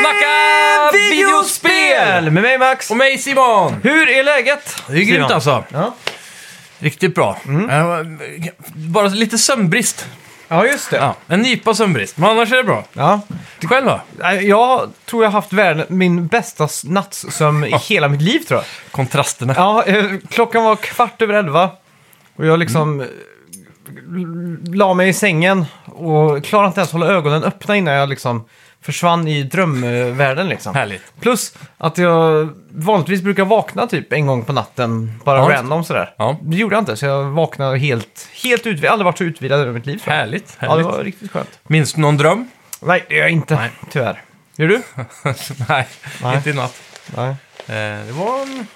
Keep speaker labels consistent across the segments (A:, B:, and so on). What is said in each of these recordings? A: snacka videospel!
B: Med mig Max!
A: Och mig Simon!
B: Hur är läget?
A: Det är grymt
B: Simon?
A: alltså.
B: Ja.
A: Riktigt bra.
B: Mm.
A: Eh, Bara lite sömnbrist.
B: ja, just det. Ja.
A: Ja, en nypa sömnbrist. Men annars är det bra. Själv då?
B: Nej, Jag tror jag har haft världen, min bästa s- nattsömn i hela mitt liv tror jag.
A: Kontrasterna.
B: Ja, eh, klockan var kvart över elva och jag liksom eh, la mig i sängen och klarade inte ens att hålla ögonen öppna innan jag liksom försvann i drömvärlden liksom.
A: Härligt.
B: Plus att jag vanligtvis brukar vakna typ en gång på natten, bara
A: Ja.
B: random sådär.
A: Ja.
B: Det gjorde jag inte, så jag vaknade helt, helt utvilad. Jag har aldrig varit så utvilad över mitt liv. tror jag.
A: Härligt.
B: Ja, det
A: härligt.
B: var riktigt skönt.
A: Minns du någon dröm?
B: Nej, det gör jag inte,
A: Nej.
B: tyvärr. Gör du?
A: Nej,
B: Nej.
A: inte i natt.
B: Nej.
A: Eh, Det var en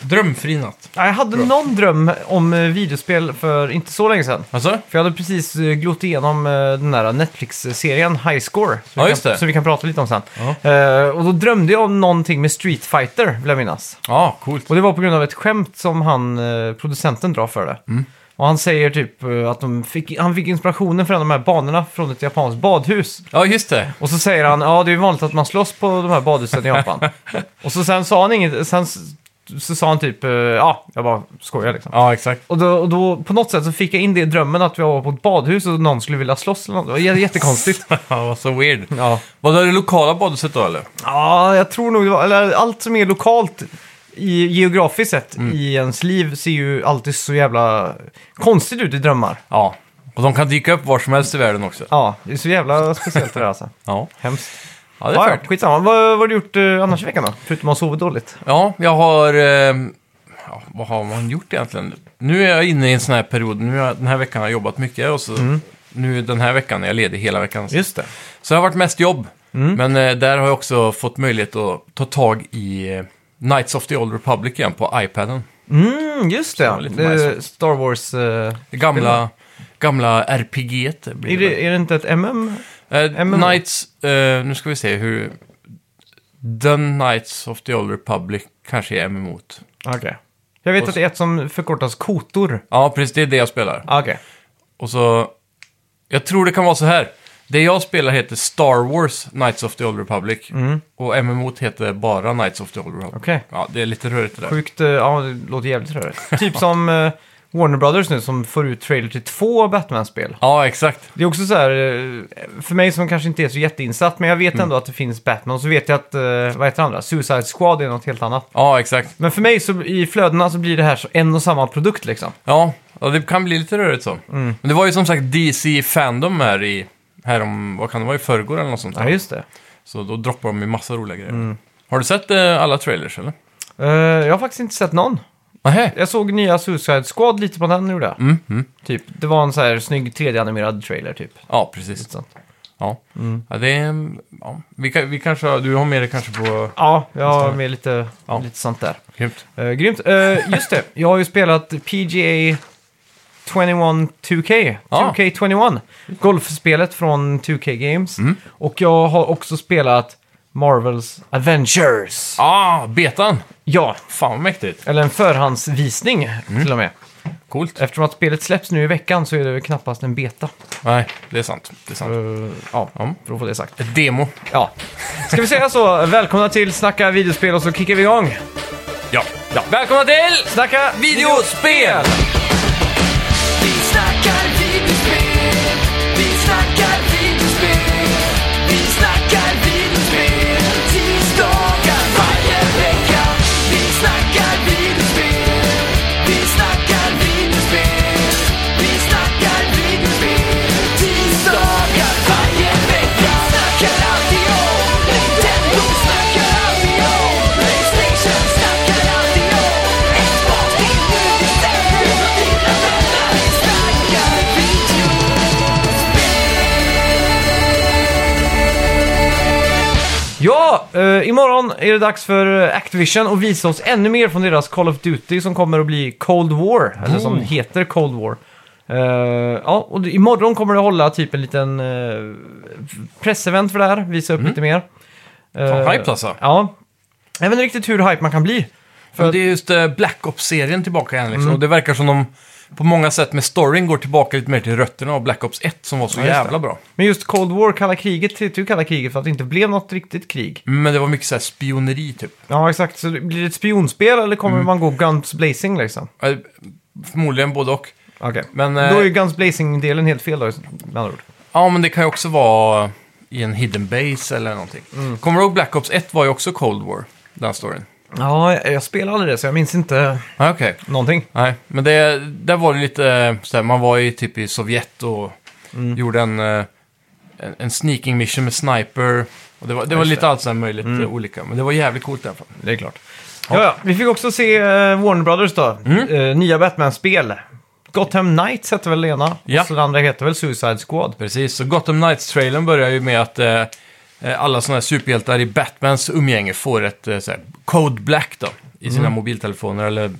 A: drömfri natt.
B: Jag hade någon dröm om eh, videospel för inte så länge sedan.
A: Alltså?
B: För jag hade precis eh, glott igenom eh, den där Netflix-serien High Score. som vi
A: Ja,
B: kan-
A: just det.
B: Som vi kan prata lite om sen. Eh, och då drömde jag om någonting med Street Fighter, vill jag minnas.
A: Ja, coolt.
B: Och det var på grund av ett skämt som han, eh, producenten drar för det. Och han säger typ eh, att de fick, han fick inspirationen från de här banorna från ett japanskt badhus.
A: Ja, just det.
B: Och så säger han, ja det är vanligt att man slåss på de här badhusen i Japan. och så sen sa han inget, sen s- så sa han typ, eh, ja, jag bara skojar liksom.
A: Ja, exakt.
B: Och då, och då på något sätt så fick jag in det i drömmen att vi var på ett badhus och någon skulle vilja slåss eller något. Det var jä- jättekonstigt.
A: Ja, vad så weird.
B: ja.
A: Var det det lokala badhuset då eller?
B: ja, jag tror nog det var, eller allt som är lokalt i, geografiskt sett i ens liv ser ju alltid så jävla konstigt ut i drömmar.
A: Ja. Och de kan dyka upp var som helst i världen också.
B: Ja, det är så jävla speciellt det där alltså.
A: Ja,
B: Hemskt.
A: ja det är
B: Ja, ja,
A: fräckt.
B: skitsamma. Vad, vad har du gjort eh, annars i veckan då? Förutom att ha sovit dåligt?
A: Ja, jag har... ehm, Ja, vad har man gjort egentligen? Nu är jag inne i en sån här period. Nu har jag, den här veckan har jag jobbat mycket och så nu den här veckan är jag ledig hela veckan.
B: Just det.
A: Så det har varit mest jobb. Men eh, där har jag också fått möjlighet att ta tag i eh, Knights of the Old Republic igen på iPaden.
B: Mm, just det.
A: Så lite
B: det är
A: nice.
B: Star Wars... eh,
A: Det gamla, gamla RPG -et blir
B: är,
A: det, väl.
B: det, är det inte ett MM?
A: Eh,
B: MMO.
A: Knights, eh, nu ska vi se hur... The Knights of the Old Republic kanske är MMO. -t.
B: Okej. Jag vet
A: Och
B: att det är ett som förkortas kotor.
A: Ja, precis, det är det jag spelar.
B: Okej.
A: Och så... Jag tror det kan vara så här. Det jag spelar heter Star Wars Knights of the Old Republic. Och MMO -t heter bara Knights of the Old Republic.
B: Mm. Okej.
A: Ja, det är lite rörigt det där.
B: Sjukt, eh, ja det låter jävligt rörigt. typ som eh, Warner Brothers nu som får ut trailer till två Batman-spel.
A: Ja, exakt.
B: Det är också så här, eh, för mig som kanske inte är så jätteinsatt, men jag vet ändå att det finns Batman. Och så vet jag att, eh, vad heter det andra? Suicide Squad är något helt annat.
A: Ja, exakt.
B: Men för mig så i flödena så blir det här så en och samma produkt liksom.
A: Ja, ja det kan bli lite rörigt så.
B: Mm.
A: Men det var ju som sagt DC Fandom här i... Här om, vad kan det vara, i förrgår eller något sånt. där.
B: Ja, Mm. just det.
A: Så då droppar de ju massa roliga grejer. Har du sett eh, alla trailers eller?
B: Eh, jag har faktiskt inte sett någon.
A: Nähä?
B: Jag såg nya Suicide Squad lite på den gjorde jag.
A: Mm.
B: Typ, det var en så här snygg 3D-animerad trailer typ.
A: Ja, precis.
B: Sånt.
A: Ja.
B: Mm.
A: Ja, det är, ja. Vi, kan- vi kanske, har- du har med det kanske på...
B: Ja, jag har med lite,
A: Ja.
B: lite sånt där.
A: Grymt.
B: Uh, grymt. Eh, just det, jag har ju spelat PGA 21 2K.
A: Ja.
B: 2K21. Golfspelet från 2K Games. Och jag har också spelat Marvels Adventures.
A: Ah, betan!
B: Ja,
A: Fan vad mäktigt. Eh,
B: eller en förhandsvisning till och med.
A: Coolt.
B: Eftersom att spelet släpps nu i veckan så är det väl knappast en beta.
A: Nej, det är sant. Det är sant.
B: Eh, ja,
A: Ja.
B: för att få det sagt.
A: Ett demo.
B: Ja. Ska vi säga så? Välkomna till Snacka videospel och så kickar vi igång.
A: Ja. ja. Välkomna till
B: Snacka
A: videospel!
C: Vi snackar videospel, vi snackar videospel, vi snackar videospel tisdagar varje vecka. Vi snackar videospel, vi snackar videospel, vi snackar videospel tisdagar varje vecka. Snackar alltid om Nintendo, snackar alltid om Playstation, snackar alltid om Xbox, det är nu vi sätter dina vänner. Vi snackar video.
B: Ja, eh, imorgon är det dags för eh, Activision att visa oss ännu mer från deras Call of Duty som kommer att bli Cold War, eller som
A: Mm.
B: heter Cold War. Eh, ja, och det- imorgon kommer det hålla typ en liten uh, pressevent för det här, visa upp lite mer. Uh,
A: Mm. Fan, hype alltså.
B: Ja. Jag vet inte riktigt hur hype man kan bli. Mm.
A: För det är just eh, Black Ops-serien tillbaka igen liksom. Och det verkar som de på många sätt med storyn går tillbaka lite mer till rötterna av Black Ops 1 som var så
B: Ja, just det.
A: jävla bra.
B: Men just Cold War, kalla kriget, heter ju kalla kriget för att det inte blev något riktigt krig.
A: Men det var mycket så här spioneri typ.
B: Ja, exakt. Så det- blir det ett spionspel eller kommer
A: Mm.
B: man gå Guns Blazing liksom?
A: Eh, Förmodligen både och.
B: Okej.
A: Men,
B: Då
A: eh,
B: är ju Guns Blazing-delen helt fel då, med andra ord.
A: Ja, men det kan ju också vara i en hidden base eller någonting.
B: Mm.
A: Kommer du ihåg Black Ops 1 var ju också Cold War, den storyn?
B: Ja, jag, jag spelade aldrig det så jag minns inte
A: Ah, Okej.
B: någonting.
A: Nej, men det, där var det lite eh, så här, man var ju typ i Sovjet och
B: Mm.
A: gjorde en, eh, en, en sneaking mission med sniper. Och det var, det var
B: Just Mm.
A: lite allt så här möjligt eh, olika, men det var jävligt coolt i alla fall.
B: Det är klart. Ja, ja. Vi fick också se eh, Warner Brothers då. Eh, nya Batman-spel. Gotham Knights hette väl det ena?
A: Ja.
B: Och så det andra heter väl Suicide Squad.
A: Precis, så Gotham Knights-trailern börjar ju med att eh, eh, alla sådana här superhjältar i Batmans umgänge får ett eh, så här, Code Black då, i
B: Mm.
A: sina mobiltelefoner eller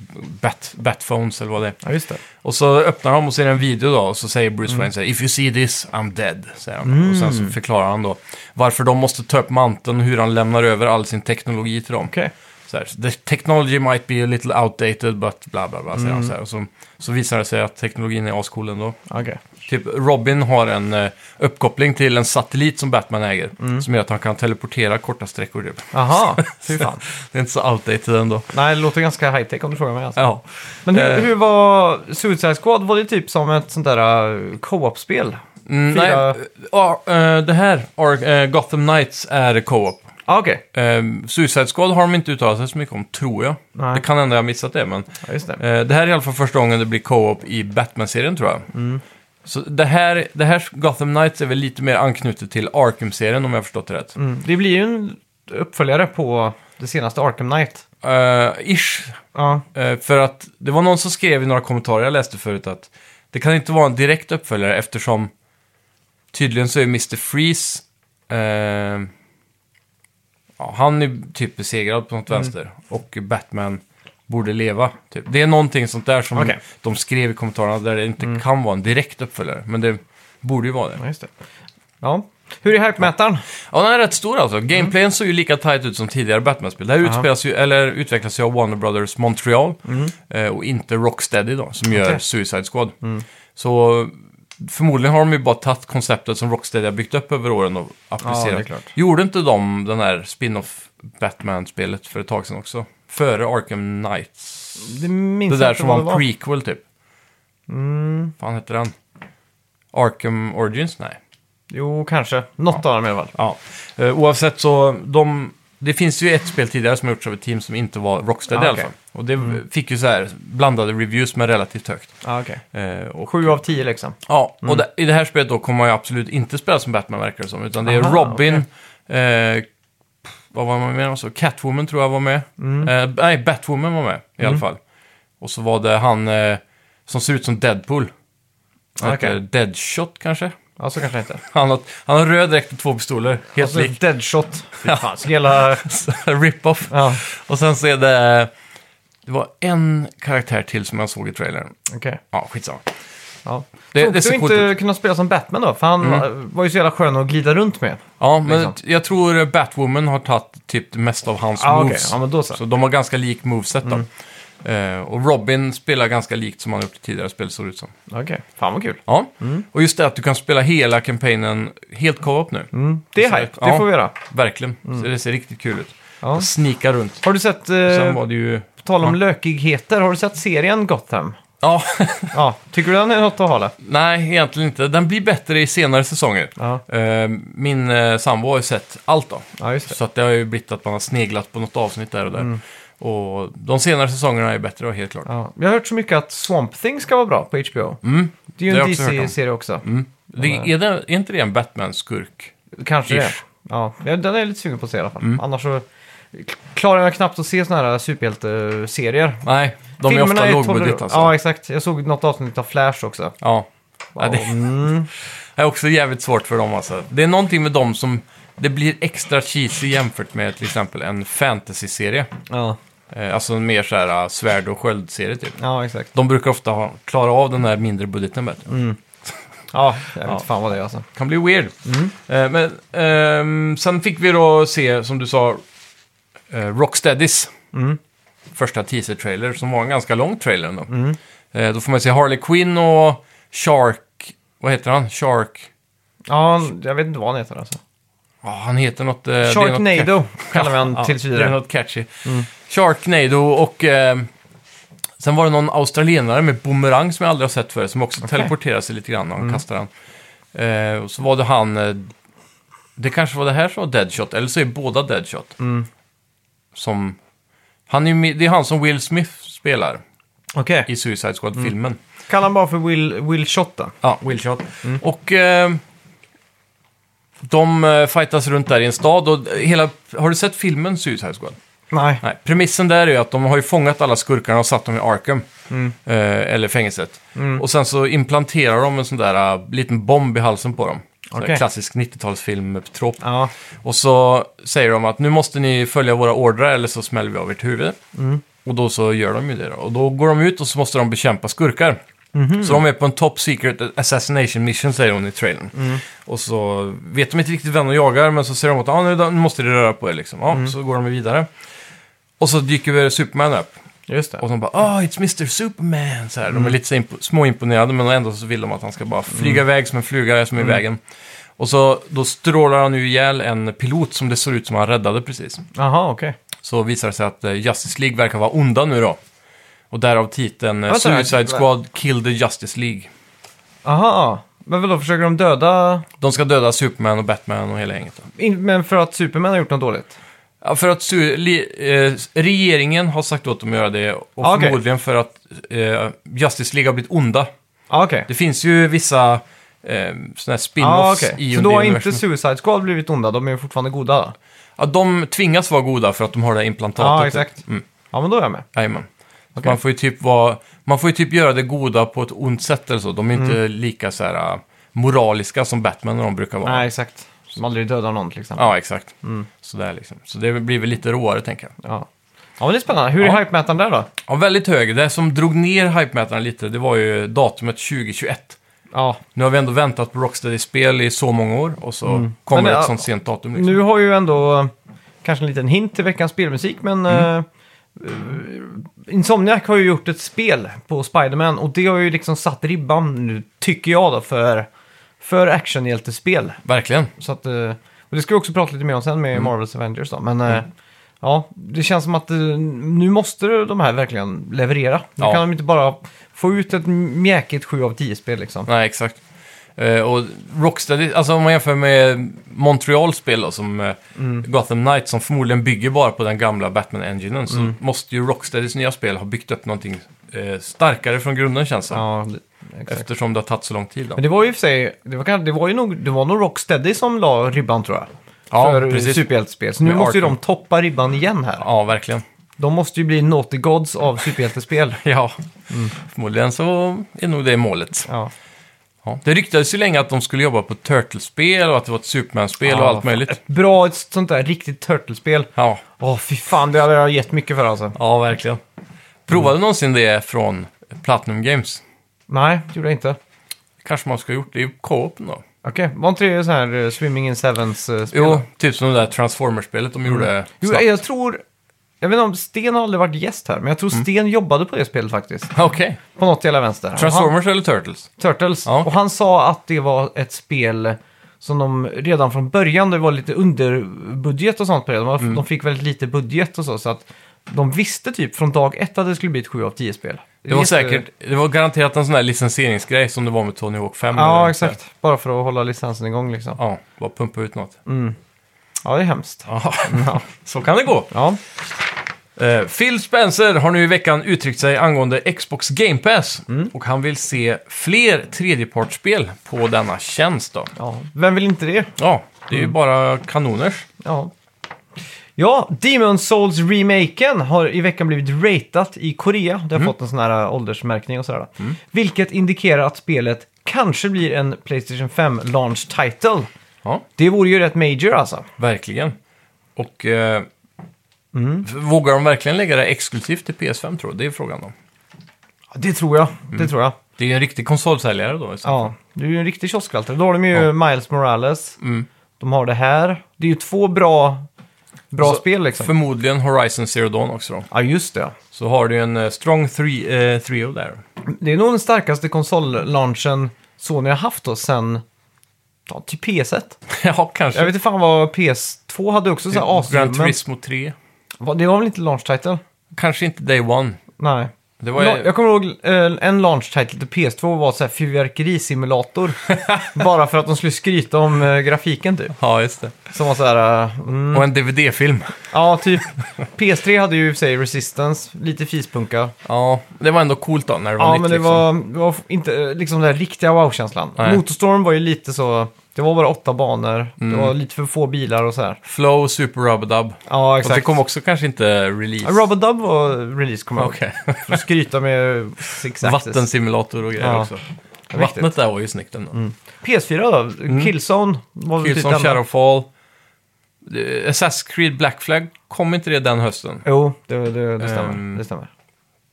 A: bat, Batphones eller vad det är.
B: Ja, just det.
A: Och så öppnar de och ser en video då och så säger
B: Mm.
A: Bruce Wayne så här, If you see this, I'm dead, säger han. Och sen så förklarar han då varför de måste ta upp manteln och hur han lämnar över all sin teknologi till dem.
B: Okej.
A: Så här, The technology might be a little outdated but bla bla bla, säger
B: Mm.
A: han så här. Och så, så visar det sig att teknologin är ascool ändå.
B: Okej.
A: Typ Robin har en eh, uppkoppling till en satellit som Batman äger.
B: Mm.
A: Som gör att han kan teleportera korta sträckor typ.
B: Aha, fy fan.
A: Det är inte så outdated ändå.
B: Nej, det låter ganska high-tech om du frågar mig. Alltså.
A: Ja.
B: Men hur,
A: Eh.
B: hur var Suicide Squad? Var det typ som ett sånt där eh, co-op-spel?
A: Mm, nej,
B: Fyra-
A: ja, eh, det här, Ar- eh, Gotham Knights, är co-op.
B: Ah, Okej,
A: Eh, Suicide Squad har de inte uttalat sig så mycket om, tror jag.
B: Nej.
A: Det kan hända jag har missat det, men...
B: ja, just det.
A: eh, det här är i alla fall första gången det blir co-op i Batman-serien, tror jag.
B: Mm.
A: Så det här, det här Gotham Knights är väl lite mer anknutet till Arkham-serien, om jag har förstått det rätt.
B: Mm. Det blir ju en uppföljare på det senaste Arkham Knight.
A: Eh, ish.
B: Ja,
A: Eh, för att det var någon som skrev i några kommentarer jag läste förut att det kan inte vara en direkt uppföljare eftersom tydligen så är Mr. Freeze... Eh, ja, han är typ besegrad på något vänster och Batman borde leva. Typ. Det är någonting sånt där som
B: Okej.
A: de skrev i kommentarerna där det inte kan vara en direkt uppföljare. Men det borde ju vara det.
B: ja, just det. Ja. Hur är hype-mätaren?
A: Ja, den är rätt stor alltså. Gameplayen såg ju lika tight ut som tidigare Batman-spel. Det här utspelas ju, eller utvecklas ju av Warner Brothers Montreal eh, och inte Rocksteady då, som gör
B: Mm. Okej. Mm.
A: Suicide Squad. Så förmodligen har de ju bara tagit konceptet som Rocksteady har byggt upp över åren och applicerat.
B: det är klart.
A: Gjorde inte de den här spin-off Batman-spelet för ett tag sedan också? Före Arkham Knights?
B: Det minns
A: Det
B: jag
A: där
B: inte
A: som
B: vad
A: var
B: det
A: en prequel typ.
B: Mm,
A: Fan heter den? Arkham Origins? Nej.
B: jo, kanske. Något av dem i alla fall.
A: Ja, eh, oavsett så, de, det finns ju ett spel tidigare som har gjorts av ett team som inte var Rocksteady
B: Ah,
A: i alla
B: okej. Mm.
A: fall. Och det fick ju så här blandade reviews men relativt högt.
B: Ah, okay.
A: Eh, och,
B: Sju av tio liksom.
A: ja, och det, i det här spelet då kommer man ju absolut inte spela som Batman verkar det som, utan det är
B: Aha,
A: Robin, eh, vad var man med också? Catwoman tror jag var med.
B: Mm.
A: Eh, nej, Batwoman var med i alla fall. Och så var det han eh, som ser ut som Deadpool. Han
B: Okej.
A: heter Deadshot kanske?
B: Ja, så kanske det inte.
A: Han har, han har röd dräkt och två pistoler, helt
B: Alltså,
A: lik.
B: Deadshot. Fy fan, så hela...
A: Rip-off.
B: Ja,
A: Och sen så är det... Det var en karaktär till som jag såg i trailern.
B: okej.
A: Ja, skitsamma.
B: Ja.
A: Det-
B: Det,
A: det ser
B: du
A: coolt
B: inte kunna spela som Batman då? För han eh, var ju så jävla skön att glida runt med.
A: Ja, men
B: Liksom.
A: t- jag tror Batwoman har tagit typ det mesta av hans
B: Ah, okej.
A: moves.
B: Ja, men då så. Mm.
A: Så de har ganska lik moveset då. Eh, och Robin spelar ganska likt som han gjort i tidigare spel, såg det ut som.
B: Okej, fan vad kul.
A: Ja,
B: Mm.
A: och just det att du kan spela hela kampanjen helt co-op nu.
B: Mm. Det är
A: Så-
B: hype, det
A: ja.
B: får vi göra.
A: Verkligen, så det ser riktigt kul ut.
B: Ja.
A: Snika runt.
B: Har du sett,
A: Sen
B: eh,
A: var det ju...
B: på tal om lökigheter, har du sett serien Gotham?
A: Ja,
B: Ja, tycker du den är något att ha eller?
A: Nej, egentligen inte. Den blir bättre i senare säsonger.
B: Ja.
A: Eh, Min eh, sambo har ju sett allt då.
B: Ja, just det.
A: Så att det har ju blivit att man har sneglat på något avsnitt där och där. Och de senare säsongerna är bättre, helt klart.
B: Mm. Ja. Jag har hört så mycket att Swamp Thing ska vara bra på HBO. Det är
A: det
B: ju en
A: har jag också hört om.
B: DC-serie också.
A: Mm, Det, är, det, är inte det en Batman-skurk?
B: Kanske det.
A: Ish. Mm.
B: Ja, ja, den är jag lite sugen på att se i alla fall. Annars så klarar jag knappt att se såna här superhjälteserier.
A: Nej, de är
B: Filmerna
A: ofta
B: toler-
A: lågbudget alltså.
B: Ja, exakt. Jag såg något avsnitt av Flash också.
A: Ja. Ja, det
B: Mm.
A: är också jävligt svårt för dem alltså. Det är någonting med dem som... Det blir extra cheesy jämfört med till exempel en fantasy-serie.
B: Ja,
A: Eh, Alltså en mer så här eh, svärd och sköld-serie typ.
B: ja exakt.
A: De brukar ofta ha, klara av den här mindre budgeten bättre.
B: Ja, jag vet inte fan vad det är alltså.
A: kan bli weird. Eh, men ehm, sen fick vi då se, som du sa, eh, Rocksteadys första teaser-trailer, som var en ganska lång trailer ändå. Eh, då får man se Harley Quinn och Shark... Vad heter han? Shark...
B: Ja, jag vet inte vad han heter alltså.
A: Ja, han heter något... eh, det är något
B: Sharknado kallar vi han
A: Ja,
B: tills
A: Det är
B: vidare. Mm.
A: något catchy. Sharknado och... Eh, sen var det någon australienare med boomerang som jag aldrig har sett förut, som också teleporterar sig lite grann när han
B: Mm.
A: kastar den. Eh, och så var det han... Eh, det kanske var det här som var Deadshot, eller så är båda Deadshot.
B: Mm.
A: Som... Han är, ju med- det är han som Will Smith spelar
B: Okej.
A: i Suicide Squad-filmen.
B: Kallar han bara för Will, Mm. Will Shot Mm. då?
A: Ja, Willshot. Och eh, de eh, fightas runt där i en stad och hela... Har du sett filmen Suicide Squad?
B: Nej.
A: Nej, premissen där är ju att de har ju fångat alla skurkarna och satt dem i Arkham.
B: Mm.
A: Eh, eller fängelset. Och sen så implanterar de en sån där eh, liten bomb i halsen på dem. Sån där
B: Okej.
A: Klassisk 90-talsfilm-trop.
B: Ja.
A: Och så säger de att nu måste ni följa våra ordrar eller så smäller vi av ert huvud. Och då så gör de ju det då. Och då går de ut och så måste de bekämpa skurkar. Så de är på en top secret assassination mission säger hon i trailern. Och så vet de inte riktigt vem de jagar men så säger de att ah, nu, nu måste ni röra på er liksom. Ja, Så går de vidare. Och så dyker väl Superman upp.
B: Just det.
A: Och de bara ah it's Mr. Superman. Så här.
B: Mm.
A: De är lite så impo- småimponerade men ändå så vill de att han ska bara flyga
B: Mm.
A: iväg som en flygare som är i vägen. Och så då strålar han ju ihjäl en pilot som det ser ut som han räddade precis.
B: Jaha, okej.
A: Så visar det sig att eh, Justice League verkar vara onda nu då. Och därav titeln eh,
B: Vänta,
A: Suicide
B: vänta.
A: Squad Kill the Justice League.
B: Aha. Men vadå, försöker de döda...
A: De ska döda Superman och Batman och hela gänget. Då.
B: In, men för att Superman har gjort något dåligt?
A: Ja, för att su- li- eh, regeringen har sagt åt dem att göra det och
B: Ah, okej.
A: förmodligen för att eh, Justice League har blivit onda.
B: Ja, okej.
A: Det finns ju vissa eh, såna här
B: Ja,
A: spin-offs
B: Ah, okej.
A: i
B: Så då har inte
A: universumet.
B: Suicide Squad blivit onda, de är ju fortfarande goda då?
A: Ja, de tvingas vara goda för att de har det här implantatet.
B: Ja, exakt.
A: Mm.
B: Ja, men då är jag med.
A: Jajamän. Så
B: Okej.
A: Man, får ju typ vara, man får ju typ göra det goda på ett ont sätt eller så. De är
B: Mm.
A: inte lika så här äh, moraliska som Batman och de brukar vara.
B: Nej, Mm. exakt. Som aldrig dödar någon till exempel.
A: Ja, exakt. Sådär liksom. Så det blir väl lite råare tänker jag.
B: Ja. ja, men det är spännande. Hur är
A: Ja.
B: hypemätaren där då?
A: Ja, väldigt hög. Det som drog ner hypemätaren lite, det var ju datumet 2021.
B: Ja,
A: Nu har vi ändå väntat på Rocksteady-spel i så många år och så kommer
B: Mm. Men,
A: ett
B: ja,
A: sånt sent datum. Liksom.
B: nu har ju ändå eh, kanske en liten hint till veckans spelmusik, men eh, eh, Insomniac har ju gjort ett spel på Spider-Man och det har ju liksom satt ribban nu, tycker jag då, för, för actionhjältespel.
A: Verkligen.
B: Så att, eh, och det ska vi också prata lite mer om sen med
A: Mm.
B: Marvels Avengers då. Men eh, ja, det känns som att eh, nu måste de här verkligen leverera. Nu
A: Ja.
B: kan de inte bara få ut ett mjäkigt 7 av 10-spel liksom.
A: Nej, exakt. Eh, och Rocksteady, alltså om man jämför med Montreals spel då, som eh,
B: Mm.
A: Gotham Knights, som förmodligen bygger bara på den gamla Batman-enginen, så
B: Mm.
A: måste ju Rocksteadys nya spel ha byggt upp någonting eh, starkare från grunden känns det.
B: Ja, det- exakt.
A: Eftersom det har tagit så lång tid. Då.
B: Men det var ju i och för sig, det var, kan- det var ju nog, det var nog Rocksteady som la ribban tror jag.
A: Ja,
B: för
A: precis.
B: superhjältespel. Så nu
A: Med
B: måste ju
A: Arkham.
B: de toppa ribban igen här.
A: Ja, verkligen.
B: De måste ju bli Naughty Gods av superhjältespel.
A: Ja,
B: Mm.
A: förmodligen så är nog det målet.
B: Ja.
A: Ja. Det ryktades ju länge att de skulle jobba på ett Turtles-spel och att det var ett Superman-spel och
B: Ja,
A: allt möjligt.
B: Ett bra, ett sånt där riktigt Turtlespel.
A: Ja,
B: Åh, fy fan, det hade jag gett mycket för alltså.
A: ja verkligen. Provade någonsin det från Platinum Games?
B: Nej, det gjorde jag inte.
A: kanske man ska ha gjort. Det är ju co-op då.
B: Okej, var inte det så här eh, Swimming in Sevens-spel?
A: Jo, typ som det där Transformers-spelet de gjorde
B: jo
A: snabbt.
B: jag tror... Jag vet inte om Sten har aldrig varit gäst här, men jag tror
A: Mm.
B: Sten jobbade på det spelet faktiskt.
A: Okej.
B: På något jävla vänster.
A: Transformers eller Turtles?
B: Turtles.
A: Ja.
B: Och han sa att det var ett spel som de redan från början, det var lite underbudget och sånt på det. De, var,
A: Mm.
B: de fick väldigt lite budget och så, så att de visste typ från dag ett att det skulle bli ett 7 av 10 spel.
A: Det var säkert, det var garanterat en sån där licensieringsgrej som det var med Tony Hawk 5.
B: Ja,
A: eller-
B: exakt. Bara för att hålla licensen igång liksom.
A: Ja, bara pumpa ut något.
B: Ja, det är hemskt.
A: Ja, så kan det gå.
B: Ja,
A: Eh, Phil Spencer har nu i veckan uttryckt sig angående Xbox Game Pass. Och han vill se fler tredjepartsspel på denna tjänst då.
B: ja. Vem vill inte det?
A: Ja, det är ju bara kanoners.
B: Ja. Ja, Demon Souls-remaken har i veckan blivit ratat i Korea. Det har fått en sån här äh, åldersmärkning och sådär. Mm. Vilket indikerar att spelet kanske blir en Playstation 5 launch title.
A: Ja.
B: Det vore ju rätt major alltså.
A: Verkligen. Och eh,
B: Mm.
A: vågar de verkligen lägga det exklusivt till PS5 tror du? Det är frågan då.
B: Ja, Det tror jag. Mm. Det tror jag.
A: Det är ju en riktig konsolsäljare då. liksom. Så.
B: Ja, det är ju en riktig kioskvältare. Då har de ju Miles Morales.
A: Mm.
B: De har det här. Det är ju två bra Bra
A: Så-
B: spel liksom.
A: Förmodligen Horizon Zero Dawn också då.
B: Ja, just det.
A: Så har du en eh, strong three, eh, trio där.
B: Det är nog den starkaste konsol-launchen Sony har haft då sen... Ja, typ till PS1.
A: ja, kanske.
B: Jag vet inte fan vad PS2 hade också så här
A: Gran
B: asrymmen.
A: Turismo 3.
B: Va, Det var väl inte launch title?
A: Kanske inte Day One.
B: Nej.
A: Det var
B: La- Jag kommer ihåg eh, en launch title till PS2 var så här fyrverkerisimulator. bara för att de skulle skryta om eh, grafiken typ.
A: Ja, just det.
B: Som var så här... eh, mm,
A: Och en DVD-film.
B: ja, typ. PS3 hade ju i och för sig Resistance, lite fispunka.
A: Ja, det var ändå coolt då när det var
B: Ja,
A: nytt,
B: men det
A: liksom.
B: var, det var inte eh, liksom den där riktiga wow-känslan.
A: Nej.
B: Motorstorm var ju lite så... Det var bara åtta banor,
A: Mm.
B: det var lite för få bilar och så här.
A: Flow, Super Rub-a-Dub.
B: Ja,
A: Och det
B: exakt.
A: kom också kanske inte release.
B: Robodub var release, kommer jag ihåg.
A: Okej.
B: För att skryta med Six Axis.
A: Vattensimulator och grejer
B: Ja.
A: också.
B: Riktigt.
A: Vattnet där var ju snyggt ändå.
B: PS4 då? Killzone var väl
A: Mm. Killzone,
B: typ den-
A: Shadowfall. Eh, Assassin's Creed Black Flag, kom inte det den hösten?
B: Jo, det, det, det stämmer.
A: Ehm.
B: Det stämmer.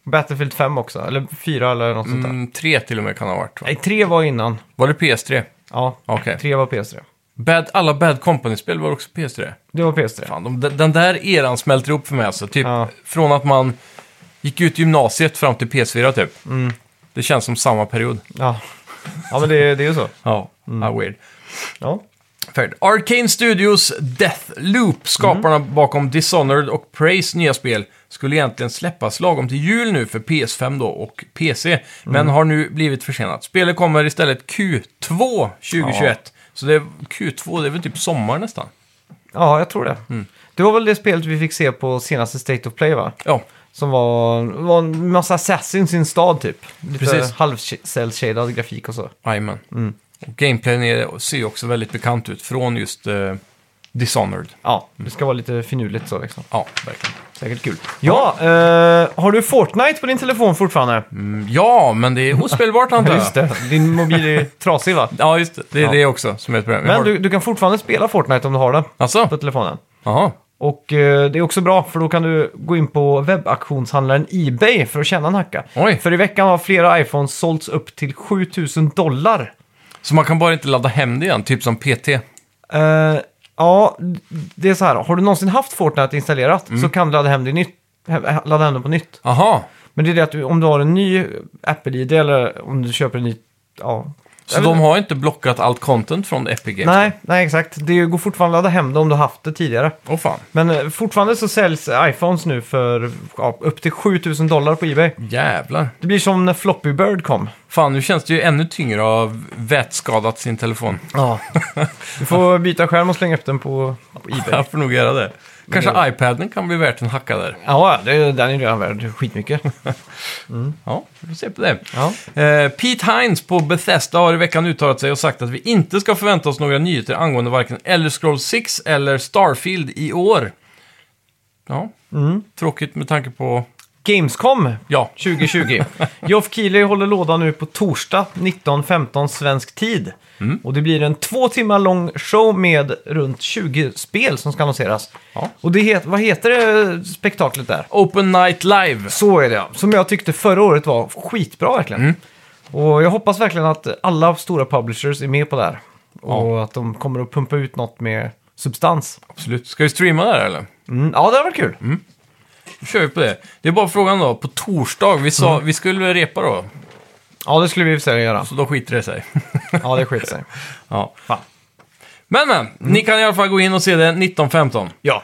B: Battlefield 5 också, eller 4 eller något sånt där.
A: Mm, tre till och med kan ha varit va?
B: Nej, 3 var innan.
A: Var det PS3?
B: Ja,
A: Okej.
B: 3 var PS3.
A: Bad, alla Bad Company-spel var också PS3.
B: Det var PS3.
A: Fan, de, den där eran smälter ihop för mig alltså. Typ
B: Ja.
A: från att man gick ut gymnasiet fram till PS4 typ. Det känns som samma period.
B: Ja. ja, men det, det är ju så.
A: Ja, ah, weird.
B: Ja.
A: Fair. Arcane Studios Deathloop, skaparna
B: Mm.
A: bakom Dishonored och Preys nya spel, skulle egentligen släppas lagom till jul nu för PS5 då och PC, men
B: Mm.
A: har nu blivit försenat. Spelet kommer istället Q2 2021. Så det är Q2, det är väl typ sommar nästan.
B: ja, jag tror det.
A: Mm.
B: Det var väl det spelet vi fick se på senaste State of Play, va?
A: Ja,
B: Som var, var en massa assassins i en stad, typ. Lite
A: Precis.
B: halvcell-shaded grafik och så.
A: jajamän.
B: Mm.
A: Och gameplayen är, ser ju också väldigt bekant ut från just eh, Dishonored.
B: Ja, det ska vara lite finurligt så liksom.
A: Ja, verkligen.
B: Säkert kul. Ja, eh, har du Fortnite på din telefon fortfarande?
A: Mm, ja, men det är ospelbart antar
B: Ja,
A: jag.
B: just det. Din mobil är trasig va?
A: Ja, just det. Det är
B: Ja.
A: det också som är ett problem. Jag
B: Men
A: har-
B: du, du kan fortfarande spela Fortnite om du har det på
A: Alltså?
B: telefonen.
A: Jaha.
B: Och eh, det är också bra för då kan du gå in på webbauktionshandlaren Ebay för att tjäna en hacka.
A: Oj.
B: För i veckan har flera iPhones sålts upp till 7000 dollar.
A: Så man kan bara inte ladda hem det igen, typ som PT?
B: Eh, ja, det är så här. Har du någonsin haft Fortnite installerat så kan du ladda hem det, nytt, he- ladda hem det på nytt.
A: Aha.
B: Men det är det att du, om du har en ny Apple-ID eller om du köper en ny... Ja.
A: Så
B: Jag vet
A: de har inte blockat allt content från Epic Games?
B: Nej, nej exakt. Det går fortfarande att ladda hem det om du har haft det tidigare.
A: Åh fan.
B: Men eh, fortfarande så säljs iPhones nu för ja, upp till 7000 dollar på Ebay.
A: Jävlar.
B: Det blir som när Floppy Bird kom.
A: Fan, nu känns det ju ännu tyngre att ha vätskadat sin telefon.
B: Ja. Du får byta skärm och slänga upp den på, på Ebay.
A: Jag får nog göra det. Kanske
B: Men-
A: iPaden kan bli värt en hacka där.
B: Ja, det, den är redan värd skitmycket.
A: Ja, vi får se på det.
B: Ja.
A: Eh, Pete Hines på Bethesda har i veckan uttalat sig och sagt att vi inte ska förvänta oss några nyheter angående varken Elder Scrolls 6 eller Starfield i år. Ja, Mm. tråkigt med tanke på...
B: Gamescom
A: Ja,
B: 2020. Geoff Keighley håller låda nu på torsdag 19.15 svensk tid. Och det blir en två timmar lång show med runt 20 spel som ska annonseras.
A: Ja.
B: Och det het, vad heter det spektaklet där?
A: Open Night Live.
B: Så är det ja. Som jag tyckte förra året var skitbra verkligen. Och jag hoppas verkligen att alla stora publishers är med på det här. Och att de kommer att pumpa ut något med substans.
A: Absolut. Ska vi streama där eller?
B: Mm. Ja, det har varit kul.
A: Då kör vi på det. Det är bara frågan då, på torsdag, vi sa vi skulle repa då,
B: Ja, det skulle vi i och för sig göra.
A: så då skiter det sig.
B: Ja, det skiter sig.
A: ja. Men men, ni kan i alla fall gå in och se det 19.15.
B: Ja.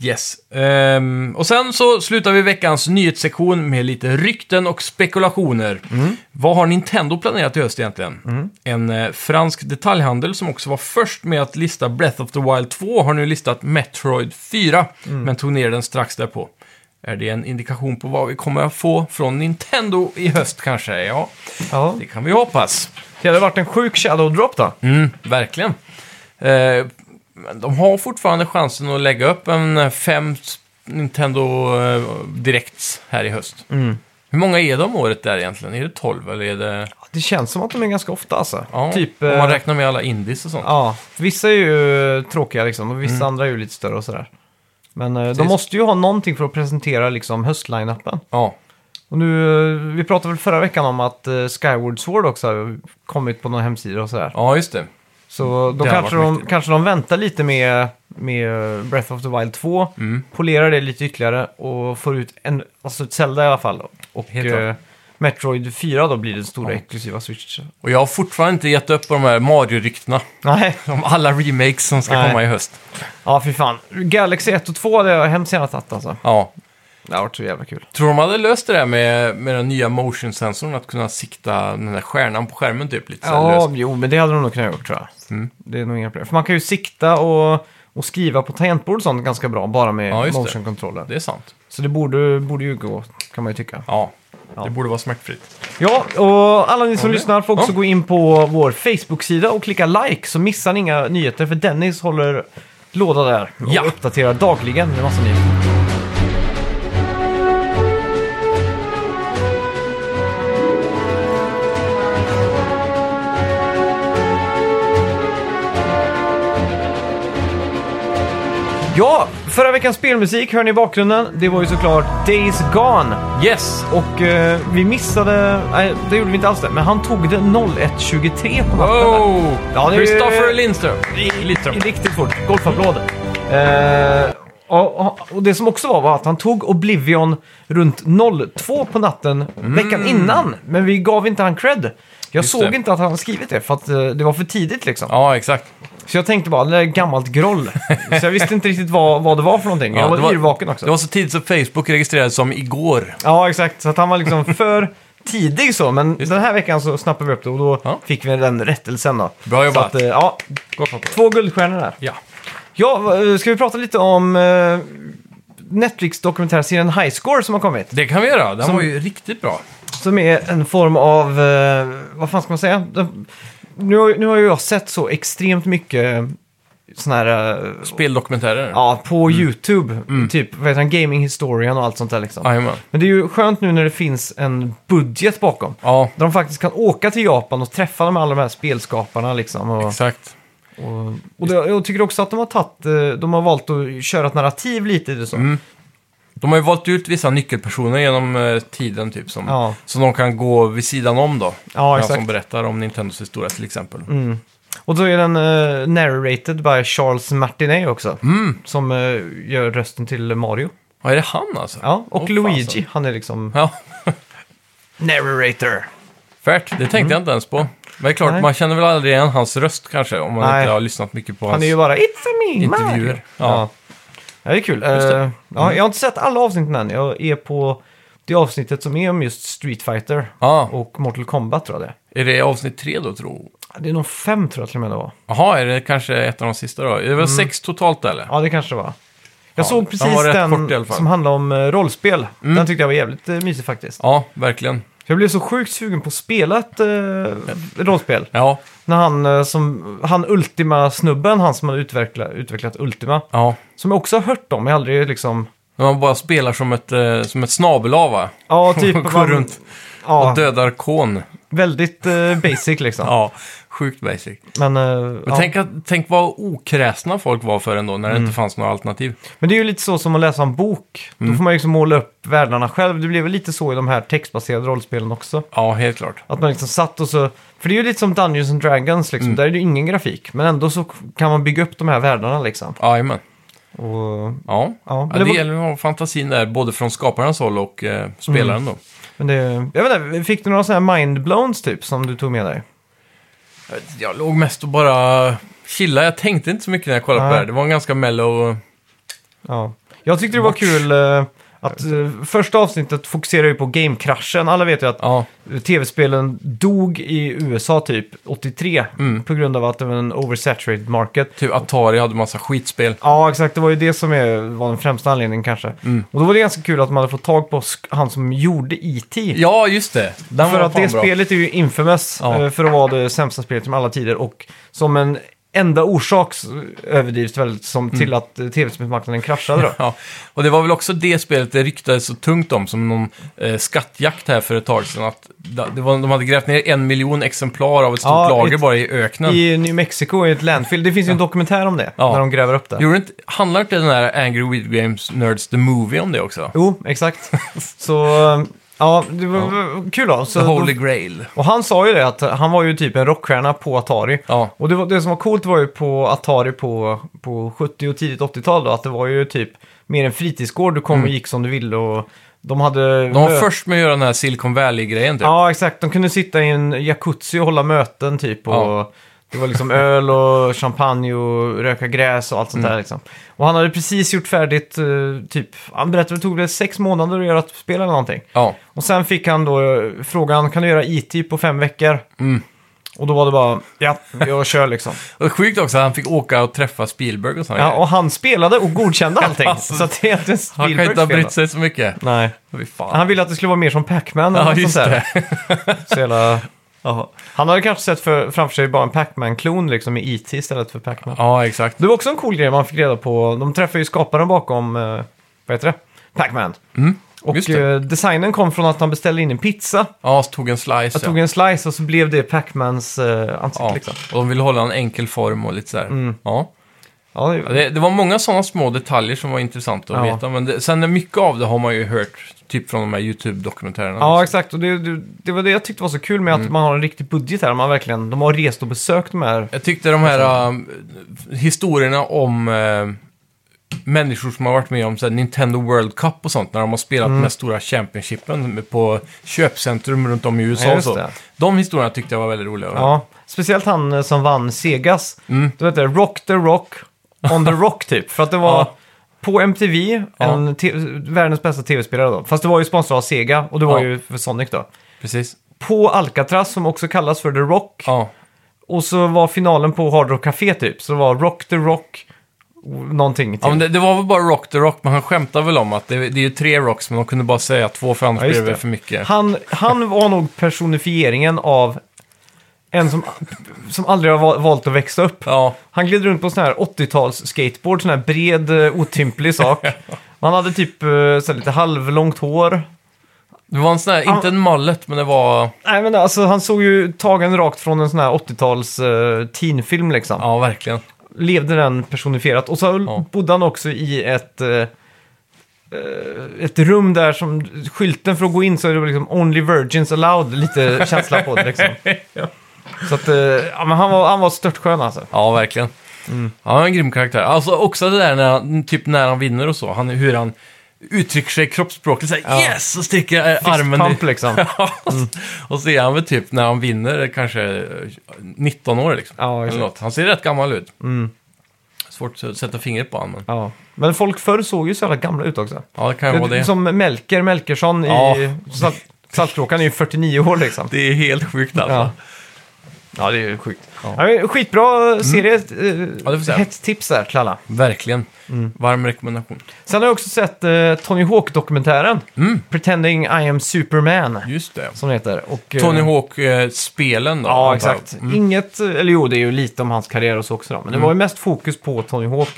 A: Yes. Ehm, och sen så slutar vi veckans nyhetssektion med lite rykten och spekulationer. Vad har Nintendo planerat i höst egentligen? En eh, fransk detaljhandel som också var först med att lista Breath of the Wild 2 har nu listat Metroid 4, men tog ner den strax därpå. Är det en indikation på vad vi kommer att få från Nintendo i höst kanske? Ja,
B: ja.
A: det kan vi hoppas.
B: Det hade varit en sjuk shadow drop då.
A: Mm, verkligen. Eh, men de har fortfarande chansen att lägga upp en eh, fem s- Nintendo eh, Directs här i höst.
B: Mm.
A: Hur många är de om året där egentligen? Är det 12 eller är det...
B: Det känns som att de är ganska ofta alltså.
A: Ja,
B: typ,
A: om
B: eh,
A: man räknar med alla indies och sånt.
B: ja, vissa är ju tråkiga liksom och vissa andra är ju lite större och sådär. Men eh, de
A: Mm. Precis.
B: måste ju ha någonting för att presentera liksom höstline-upen.
A: Ja,
B: Och nu, eh, vi pratade väl förra veckan om att eh, Skyward Sword också har kommit på någon hemsida och sådär.
A: ja just det.
B: Så då
A: Mm. Det hade
B: kanske
A: varit
B: de,
A: mäktigt.
B: kanske de väntar lite med, med eh, Breath of the Wild 2,
A: Mm.
B: polerar det lite ytterligare och får ut en, alltså ett Zelda i alla fall. Och
A: Helt klart.
B: eh, Metroid 4 då blir den stora
A: Ja.
B: exklusiva Switch.
A: Och jag har fortfarande inte gett upp på de här Mario-ryktena.
B: Nej,
A: Om alla remakes som ska
B: Nej.
A: komma i höst.
B: ja fy fan. Galaxy 1 och 2 hade jag hemskt gärna tagit alltså.
A: Ja.
B: Det har varit så jävla kul.
A: Tror de hade löst det där med, med den nya motion-sensorn? Att kunna sikta den där stjärnan på skärmen typ lite så här
B: Ja,
A: löst.
B: jo, men det hade de nog kunnat gjort tror jag. Det är nog inga problem. För man kan ju sikta och, och skriva på tangentbord och sånt ganska bra, bara med
A: Ja, just det.
B: motion controller.
A: Det är sant.
B: Så det borde, borde ju gå, kan man ju tycka.
A: Ja.
B: Ja.
A: Det borde vara smärtfritt.
B: Ja, och alla ni som
A: det.
B: lyssnar får också
A: Ja.
B: gå in på vår Facebook-sida och klicka like så missar ni inga nyheter för Dennis håller låda där och
A: Ja.
B: uppdaterar dagligen med massa nyheter. Ja, förra veckans spelmusik hör ni i bakgrunden. Det var ju såklart Days Gone.
A: Yes!
B: Och eh, vi missade... Nej, det gjorde vi inte alls det. Men han tog det 01.23 på natten. där.
A: Wow!
B: Oh! Ja, det är ju-
A: Christopher Lindström. Lindström.
B: Riktigt fort. Golfapplåd. Eh, och, och det som också var var att han tog Oblivion runt 02 på natten veckan innan. Men vi gav inte han cred. Jag
A: Mm. Just
B: såg
A: det.
B: inte att han skrivit det för att eh, det var för tidigt liksom.
A: Ja, exakt.
B: Så jag tänkte bara, det där är gammalt groll. så jag visste inte riktigt vad, vad det var för någonting.
A: Ja,
B: jag var,
A: det var-
B: yrvaken också.
A: Det var så tidigt så Facebook registrerades som igår.
B: Ja, exakt. Så att han var liksom för tidig så. Men den här veckan så snappade vi upp det och då
A: Ja.
B: fick vi den rättelsen då.
A: Bra
B: Så
A: jobbat.
B: att, eh, ja, två guldstjärnor där.
A: Ja.
B: Ja, va- eh, ska vi prata lite om eh, Netflix-dokumentärserien High Score som har kommit?
A: Det kan vi göra. Den
B: Som-
A: var ju riktigt bra.
B: Som är en form av, eh, vad fan ska man säga? Den- Nu, har- nu har ju jag sett så extremt mycket eh, sån här, eh,
A: Speldokumentärer.
B: ja, på
A: Mm.
B: YouTube. Typ, vad heter den, Gaming Historian och allt sånt där liksom.
A: Jajamän.
B: Men det är ju skönt nu när det finns en budget bakom.
A: Ja,
B: Där de faktiskt kan åka till Japan och träffa de alla de här spelskaparna liksom. Och,
A: exakt.
B: och, och det, jag tycker också att de har tagit, eh, de har valt att köra ett narrativ lite i det så.
A: Mm. De har ju valt ut vissa nyckelpersoner genom eh, tiden typ som,
B: Ja.
A: som de kan gå vid sidan om då.
B: Ja, exakt. Mm.
A: Som berättar om Nintendos historia till exempel.
B: Och då är den eh, narrated by Charles Martinet också.
A: Mm.
B: Som eh, gör rösten till Mario.
A: Ja, är det han alltså?
B: Ja, och
A: Åh, fan,
B: Luigi,
A: alltså.
B: han är liksom
A: Ja,
B: narrator.
A: färt. Det tänkte jag inte ens på. Men det är klart,
B: Mm. Nej.
A: man känner väl aldrig igen hans röst kanske om man
B: Nej.
A: inte har lyssnat mycket på
B: Han
A: hans
B: är ju bara It's a me, Mario.
A: intervjuer. Ja.
B: Ja, det är kul.
A: Just det. Mm.
B: Eh, ja, jag har inte sett alla avsnitten än. Jag är på det avsnittet som är om just Street Fighter
A: Ja.
B: och Mortal Kombat tror jag det är.
A: Är det avsnitt tre då, tror
B: Ja, Det är nog fem tror jag till och med det var.
A: Jaha, är det kanske ett av de sista då? Är det väl sex totalt eller?
B: Mm. Ja, det kanske det var. Jag
A: Ja,
B: såg
A: den
B: precis
A: var rätt
B: den
A: kort i alla fall. Mm.
B: som handlade om eh, rollspel. Den tyckte jag var jävligt eh, mysig faktiskt.
A: Ja, verkligen.
B: För jag blev så sjukt sugen på att spela ett eh, rollspel.
A: Ja,
B: När han, eh, som, han Ultima-snubben, han som har utvecklat, utvecklat Ultima.
A: ja.
B: Som jag också har hört om, jag har aldrig liksom...
A: När man bara spelar som ett, eh, som ett snabel-A va?
B: Ja, typ...
A: Går
B: man-
A: runt
B: Ja,
A: Och dödar kon.
B: väldigt eh, basic liksom.
A: Ja, sjukt basic.
B: Men, eh,
A: Men
B: ja. Mm.
A: tänk, att, tänk vad okräsna folk var för ändå när det inte fanns några alternativ.
B: Men det är ju lite så som att läsa en bok.
A: Mm.
B: Då får man ju liksom måla upp världarna själv. Det blev väl lite så i de här textbaserade rollspelen också.
A: Ja, helt klart.
B: Att man liksom satt och så... För det är ju lite som Dungeons and Dragons liksom. Där är det ju ingen grafik. Men ändå så kan man bygga upp de här världarna liksom.
A: Jajamän.
B: Och,
A: Ja.
B: Ja, men
A: ja,
B: det
A: det,
B: var-
A: gäller att ha fantasin där, både från skaparens håll och eh, spelaren
B: Mm.
A: då.
B: men det, jag vet inte, fick du några sådana här mindblowns typ som du tog med dig?
A: Jag låg mest och bara chilla. Jag tänkte inte så mycket när jag kollade
B: Nej.
A: på det här. Det var en ganska mellow...
B: Ja. Jag tyckte det var
A: Watch.
B: kul eh, att eh, första avsnittet fokuserar ju på gamekraschen. Alla vet ju att
A: Ja,
B: tv-spelen dog i USA typ 83 på grund av att det var en oversaturated market.
A: typ Atari hade massa skitspel.
B: Ja, exakt. Det var ju det som är, var den främsta anledningen kanske. Och då var det ganska kul att man hade fått tag på sk- han som gjorde E E.T.
A: Ja, just det. Den
B: För
A: var
B: att
A: fan
B: det
A: bra.
B: spelet är ju infamous
A: Ja.
B: eh, för att vara det sämsta spelet som alla tider och som en enda orsak s- överdrivs väldigt som
A: Mm.
B: till att eh, tv-spelsmarknaden kraschade då.
A: Ja, och det var väl också det spelet det ryktades så tungt om som någon eh, skattjakt här för ett tag sedan. Att da- det var, de hade grävt ner en miljon exemplar av ett stort
B: Ja,
A: lager
B: ett-
A: bara i öknen.
B: I New Mexico i ett landfill. Det finns ju en dokumentär om det,
A: Ja.
B: när de gräver upp det. Jo,
A: Gjorde inte, handlar inte den här Angry Video Games Nerds The Movie om det också?
B: exakt. Så eh, Ja, det var var kul då.
A: The
B: Så,
A: Holy Grail.
B: Och han sa ju det att han var ju typ en rockstjärna på Atari.
A: Ja.
B: Och det, var, det som var coolt var ju på Atari på, på 70 och tidigt 80-tal då, att det var ju typ mer en fritidsgård, du kom och gick som du ville och de hade...
A: Mm. De var först med att göra den här Silicon Valley-grejen typ.
B: Ja, exakt. De kunde sitta i en jacuzzi och hålla möten typ. Och
A: Ja.
B: Det var liksom öl och champagne och röka gräs och allt sånt
A: Mm.
B: där liksom. Och han hade precis gjort färdigt, eh, typ, han berättade att det tog väl sex månader att göra ett spel eller någonting.
A: Ja.
B: Och sen fick han då eh, frågan, kan du göra IT på fem veckor?
A: Mm.
B: Och då var det bara, ja, jag kör liksom.
A: Och sjukt också att han fick åka och träffa Spielberg och sånt.
B: Ja, och han spelade och godkände allting.
A: Alltså,
B: så att det är egentligen
A: han kan
B: Spielbergs
A: inte ha
B: fel.
A: brytt sig så mycket.
B: Nej.
A: Fy fan.
B: Han ville att det skulle vara mer som Pac-Man eller
A: ja,
B: något
A: just
B: sånt där.
A: det.
B: Så jävla... Han hade kanske sett för, framför sig bara en Pac-Man-klon liksom i IT istället för Pac-Man.
A: Ja, exakt.
B: Det var också en cool grej man fick reda på. De träffade ju skaparen bakom, eh, vad heter det? Pac-Man.
A: Mm, just
B: Och
A: det.
B: eh, designen kom från att han beställde in en pizza.
A: Ja, så tog en slice.
B: Jag tog en slice och så blev det Pac-Mans eh, ansikte
A: ja.
B: liksom. Mm.
A: Och de ville hålla en enkel form och lite sådär. Ja.
B: Ja,
A: Ja,
B: det,
A: Det, det var många sådana små detaljer som var intressanta att
B: Ja.
A: veta. Men det, sen är mycket av det har man ju hört typ från de här YouTube-dokumentärerna.
B: ja exakt. Och det, det, det var det jag tyckte var så kul med
A: Mm.
B: att man har en riktig budget här. Man verkligen, de har rest och besökt de här.
A: Jag tyckte de här äh, historierna om äh, människor som har varit med om så här, Nintendo World Cup och sånt, när de har spelat
B: Mm.
A: de här stora championshipen med- på köpcentrum runt om i USA
B: Ja,
A: och
B: just
A: så.
B: det.
A: De historierna tyckte jag var väldigt roliga.
B: Ja, speciellt han eh, som vann Segas.
A: Mm.
B: Du vet det, Rock the Rock on the Rock typ. För att det var
A: Ja.
B: på MTV,
A: Ja.
B: en te- världens bästa tv-spelare då. Fast det var ju sponsrat av Sega och det var
A: Ja.
B: ju för Sonic då.
A: Precis.
B: På Alcatraz som också kallas för The Rock.
A: Ja.
B: Och så var finalen på Hard Rock Café typ. Så det var Rock the Rock någonting typ. till.
A: Ja, men det, det var väl bara Rock the Rock, men han skämtade väl om att det, det är ju tre Rocks, men de kunde bara säga två för annars
B: Ja, just
A: blev det
B: det.
A: för mycket.
B: han, han var nog personifieringen av en som, som aldrig har va- valt att växa upp.
A: Ja,
B: Han gled runt på sån här 80-tals skateboard, sån här bred, eh, otymplig sak. Man hade typ eh, så här lite halvlångt hår.
A: det var en sån här,
B: Ja.
A: inte en mallet, men det var,
B: Nej men alltså han såg ju tagen rakt från en sån här 80-tals eh, teenfilm liksom.
A: ja verkligen.
B: Levde den personifierat. Och så
A: Ja.
B: bodde han också i ett, eh, eh, ett rum där som skylten för att gå in så är det liksom Only Virgins Allowed lite känsla på det liksom. Så att eh, ja, men han var, han var störtskön alltså.
A: Ja, verkligen.
B: Mm.
A: Ja, han är en grym karaktär. Alltså också det där när han, typ när han vinner och så, han, hur han uttrycker sig kroppsspråkligt såhär
B: Ja.
A: yes! Och sticker eh, armen
B: Fistpump liksom.
A: Ja, och så är han väl typ när han vinner kanske eh, 19 år liksom.
B: Ja,
A: Eller
B: exakt. Mm.
A: något. Han ser rätt gammal ut. Svårt att sätta fingret på honom. Men...
B: Ja. Men folk förr såg ju så jävla gamla ut också.
A: Ja, det kan ju vara det.
B: Som Melker Melkersson
A: Ja.
B: i salt, Saltkråkan är ju 49 år liksom.
A: Det är helt sjukt alltså.
B: Ja.
A: Ja.
B: Ja, det är ju sjukt.
A: Ja.
B: Ja. men skitbra serie. eh,
A: Mm. Ja, det får jag säga.
B: Hett tips där till alla.
A: Verkligen.
B: Mm.
A: Varm rekommendation.
B: Sen har jag också sett eh, Tony Hawk-dokumentären.
A: Mm.
B: Pretending I am Superman,
A: Just det.
B: som den heter. Och, eh,
A: Tony mm. Hawk-spelen då?
B: Ja,
A: antar jag.
B: exakt. Inget, eh, eller jo, det är ju lite om hans karriär och så också då,
A: Mm.
B: Men det var ju mest fokus på Tony Hawk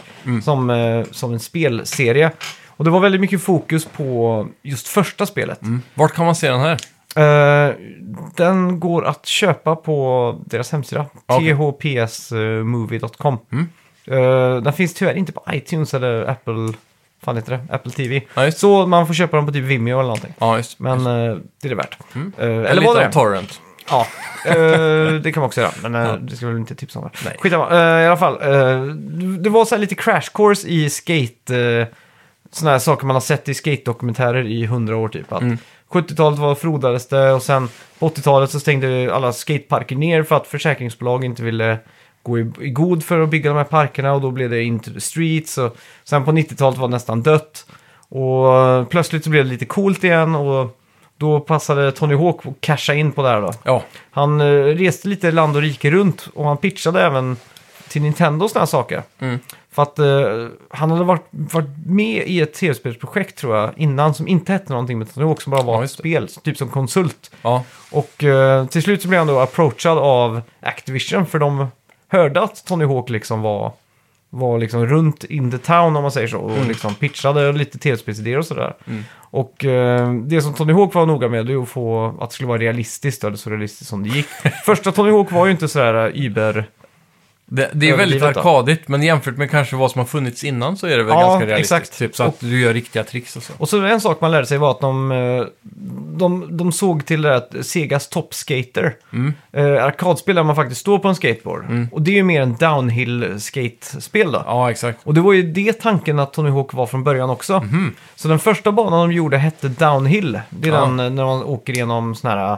B: som, eh, som en spelserie. Och det var väldigt mycket fokus på just första spelet.
A: Vart kan man se den här?
B: Eh, den går att köpa på deras hemsida.
A: Okej. Mm.
B: thpsmovie.com. Eh, den finns tyvärr inte på iTunes eller Apple, fan heter det? Apple TV.
A: Ja, just.
B: Så man får köpa den på typ Vimeo eller någonting.
A: Ja, just Mm.
B: Men eh, det är det värt. Eh,
A: Eller
B: eller var
A: lite
B: det
A: av
B: det?
A: Torrent.
B: Ja, Eh, det kan man också göra. Men eh, det ska vi väl inte tipsa om.
A: Nej.
B: Det. Skitsamma, Eh, i alla fall. eh, det var så här lite crash course i skate. Uh, Sådana här saker man har sett i skate-dokumentärer i hundra år typ. Att 70-talet var frodades det och sen på 80-talet så stängde alla skateparker ner för att försäkringsbolag inte ville gå i, i god för att bygga de här parkerna och då blev det into the streets. Och sen på 90-talet var det nästan dött. Och eh, plötsligt så blev det lite coolt igen och då passade Tony Hawk att casha in på det här då.
A: Ja.
B: Han eh, reste lite land och rike runt och han pitchade även till Nintendo och sådana saker.
A: Mm.
B: För att eh, han hade varit, varit med i ett tv-spelsprojekt tror jag innan som inte hette någonting med Tony Hawk som bara var
A: Ja,
B: ett
A: just det.
B: spel, typ som konsult.
A: ja.
B: Och eh, till slut så blev han då approachad av Activision för de hörde att Tony Hawk liksom var, var liksom runt in the town om man säger så. Och liksom pitchade lite tv-spelsidéer och sådär. Och eh, det som Tony Hawk var noga med det är att få att det skulle vara realistiskt, eller så realistiskt som det gick. Första Tony Hawk var ju inte sådär eh, über
A: Det, det är väldigt
B: Överdrivet då.
A: arkadigt, men jämfört med kanske vad som har funnits innan så är det väl
B: Ja,
A: ganska realistiskt.
B: exakt.
A: Typ så att du gör riktiga tricks och så.
B: Och så en sak man lärde sig var att de, eh, de, de såg till det här att Segas Top Skater.
A: Mm.
B: Eh, arkadspel där man faktiskt står på en skateboard. Och det är ju mer en downhill-skate-spel då.
A: Ja, exakt.
B: Och det var ju det tanken att Tony Hawk var från början också. Så den första banan de gjorde hette Downhill. Det är
A: Mhm. Ja.
B: den eh, när man åker genom såna här,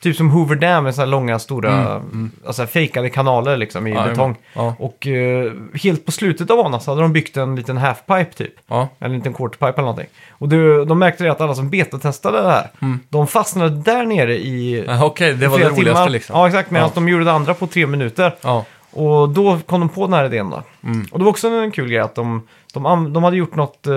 B: typ som Hoover Dam med såna här långa stora, alltså fejkade kanaler liksom i
A: Mm, Ja,
B: betong.
A: ja.
B: Och eh, helt på slutet av banan så hade de byggt en liten halfpipe typ.
A: Ja,
B: Eller en liten quarterpipe eller någonting. Och det, de märkte det att alla som betatestade det här, de fastnade där nere i
A: Mm. Ja, okej, det var det
B: flera
A: roligaste
B: timmar.
A: liksom.
B: Ja, exakt. Medan
A: Ja.
B: de gjorde det andra på tre minuter.
A: Ja.
B: Och då kom de på den här idén då. Och det var också en kul grej att de, de, an- de hade gjort något, eh,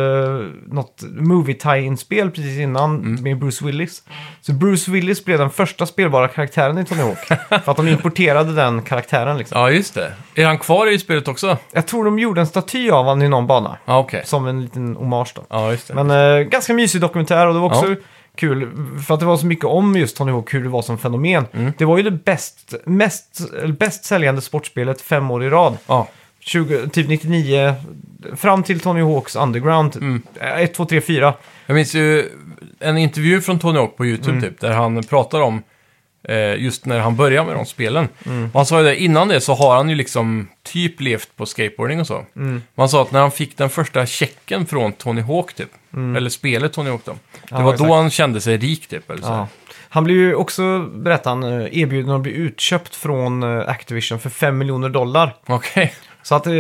B: något movie tie-in-spel precis innan med Bruce Willis. Så Bruce Willis blev den första spelbara karaktären i Tony Hawk. för att de importerade den karaktären liksom.
A: ja, just det. Är han kvar i spelet också?
B: Jag tror de gjorde en staty av honom i någon bana.
A: Ja, okej.
B: Som en liten hommage då.
A: Ja, just det.
B: Men eh, ganska mysig dokumentär och det var också
A: Ja.
B: kul för att det var så mycket om just Tony Hawk, hur det var som fenomen. Det var ju det bäst, mest, eller bäst säljande sportspelet fem år i rad.
A: Ja,
B: 20, typ 99, fram till Tony Hawks Underground.
A: Mm.
B: Eh, 1, 2, 3, 4.
A: Jag minns ju en intervju från Tony Hawk på YouTube
B: Mm.
A: typ, där han pratar om eh, just när han började med de spelen.
B: Mm.
A: Och han sa ju det, innan det så har han ju liksom typ levt på skateboarding och så.
B: Mm.
A: Man sa att när han fick den första checken från Tony Hawk typ, eller spelet Tony Hawk då, det
B: Mm. Ja,
A: var
B: exakt.
A: då han kände sig rik typ. Eller så.
B: Ja. Han blev ju också, berättar han, eh, erbjuden att bli utköpt från eh, Activision för 5 miljoner dollar.
A: Okej,
B: Så att eh,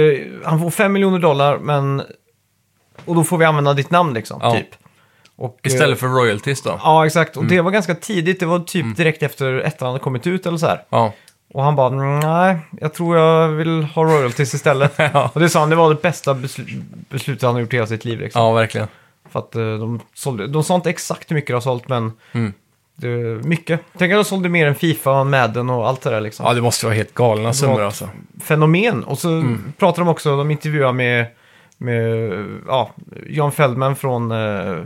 B: han får 5 miljoner dollar, men... Och då får vi använda ditt namn liksom,
A: Ja.
B: typ. Och, eh,
A: istället för Mm. royalties då.
B: Ja, exakt. Och det var ganska tidigt. Det var typ direkt efter ettan hade kommit ut eller så här.
A: Ja.
B: Och han bara, nej, jag tror jag vill ha royalties istället.
A: Ja.
B: Och det sa han, det var det bästa beslu- beslutet han har gjort i hela sitt liv. Liksom.
A: ja, verkligen.
B: För att eh, de, sålde, de sa inte exakt hur mycket de har sålt, men det, mycket. Tänk att de sålde mer än Fifa, Madden och allt det där liksom.
A: Ja, det måste vara helt galna summor alltså.
B: Fenomen. Och så pratar de också, de intervjuar med, med ja, John Feldman från eh,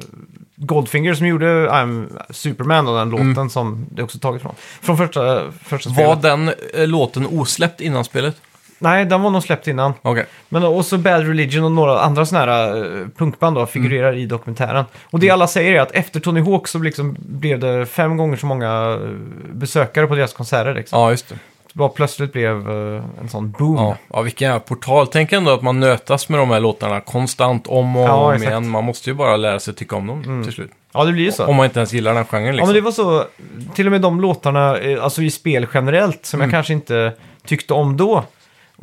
B: Goldfinger som gjorde I'm Superman och den låten som det också tagit från. Från första, första
A: Var
B: spelet.
A: den eh, låten osläppt innan spelet?
B: Nej, den var nog släppt innan.
A: Okej.
B: Men också Bad Religion och några andra sådana här eh, punkband då, figurerar
A: Mm.
B: i dokumentären. Och det alla säger är att efter Tony Hawk så liksom blev det fem gånger så många eh, besökare på deras konserter. Liksom.
A: Ja, just det.
B: Det bara plötsligt blev eh, en sån boom.
A: Ja, ja vilken jävla portal. Tänk ändå att man nötas med de här låtarna konstant om och
B: Ja,
A: om
B: exakt.
A: igen. Man måste ju bara lära sig tycka om dem till slut.
B: Ja, det blir ju så.
A: Om man inte ens gillar den genren
B: Ja,
A: liksom.
B: men det var så. Till och med de låtarna, eh, alltså i spel generellt, som
A: Mm.
B: jag kanske inte tyckte om då.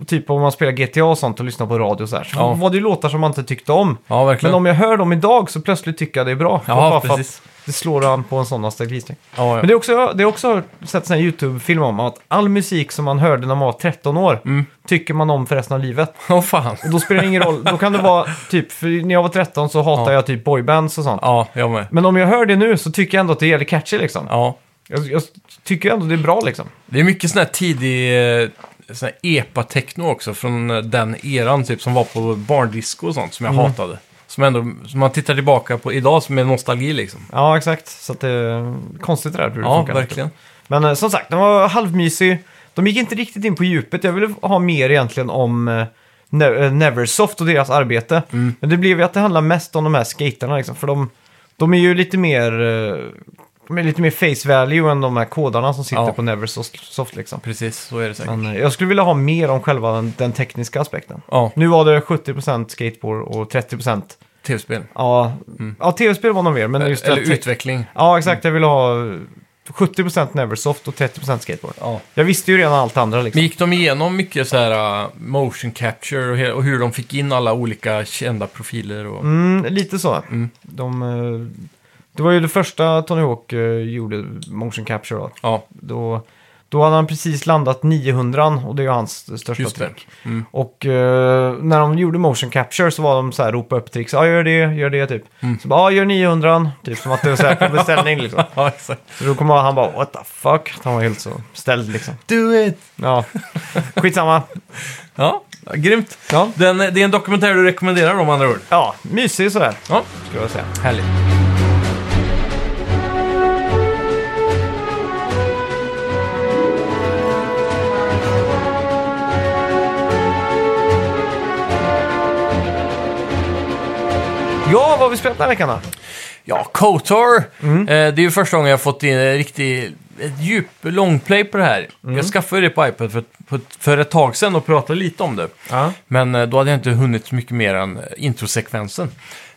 B: Och Typ om man spelar GTA och sånt och lyssnar på radio och så här. Så
A: Ja.
B: var det ju låtar som man inte tyckte om.
A: Ja, verkligen.
B: Men om jag hör dem idag så plötsligt tycker jag det är bra.
A: Ja,
B: Bara för
A: precis.
B: att Det slår an på en sån nostalgisting.
A: Ja, ja.
B: Men det är också, det är också sett sån här YouTube-film om att all musik som man hörde när man var 13 år
A: Mm.
B: tycker man om för resten av livet.
A: Åh fan.
B: Och då spelar det ingen roll. Då kan det vara typ, för när jag var 13 så hatade
A: Ja.
B: jag typ boybands och sånt.
A: Ja, jag med.
B: Men om jag hör det nu så tycker jag ändå att det är jävligt catchy liksom.
A: Ja.
B: Jag, jag tycker ändå det är bra liksom.
A: Det är mycket sån här tidig eh, sån här epa-techno också från eh, den eran typ som var på barndisco och sånt som
B: Mm.
A: jag hatade. Som ändå, som man tittar tillbaka på idag som är nostalgi liksom.
B: Ja, exakt. Så att det är konstigt det där hur det
A: Ja,
B: funkar.
A: verkligen.
B: Men eh, som sagt, den var halvmysig. De gick inte riktigt in på djupet. Jag ville ha mer egentligen om eh, Ne- eh, Neversoft och deras arbete.
A: Mm.
B: Men det blev ju att det handlar mest om de här skaterna liksom. För de, de är ju lite mer... eh, De är lite mer face value än de här kodarna som sitter
A: Ja.
B: på Neversoft liksom.
A: Precis, så är det säkert.
B: Men eh, jag skulle vilja ha mer om själva den, den tekniska aspekten.
A: Ja,
B: Nu var det 70% skateboard och 30%
A: tv-spel.
B: Ja, ja tv-spel var nog mer, men just det
A: Mm. Eh, Eller
B: att te-
A: utveckling.
B: Ja, exakt. Jag ville ha 70% Neversoft och 30% skateboard.
A: Ja.
B: Jag visste ju redan allt andra liksom.
A: Men gick de igenom mycket så här uh, motion capture och, he- och hur de fick in alla olika kända profiler? Och...
B: Mm, lite så. De, eh, det var ju det första Tony Hawk eh, gjorde, motion capture. Då.
A: Ja,
B: Då, då hade han precis landat 900 och det är ju hans största
A: just det.
B: trick.
A: Mm.
B: Och eh, när de gjorde motion capture så var de så här ropa upp tricks. Ja, gör det, gör det typ. Så bara, ja, gör 900 Typ som att det var så här på beställning liksom.
A: Ja, exakt.
B: Så då kommer han bara, what the fuck? Han var helt så ställd liksom.
A: Do it!
B: Ja, skitsamma.
A: Ja, grymt.
B: Ja,
A: Den, eh, det är en dokumentär du rekommenderar om andra ord.
B: ja mysig sådär,
A: Ja,
B: skulle jag säga.
A: härligt.
B: Ja, vad har vi spelat den här veckan då?
A: Ja, Kotor. Eh, det är ju första gången jag har fått in en riktig, ett djup longplay på det här. Jag skaffade det på iPad för, för, för ett tag sedan och pratade lite om det.
B: Ja.
A: Men eh, då hade jag inte hunnit så mycket mer än eh, introsekvensen.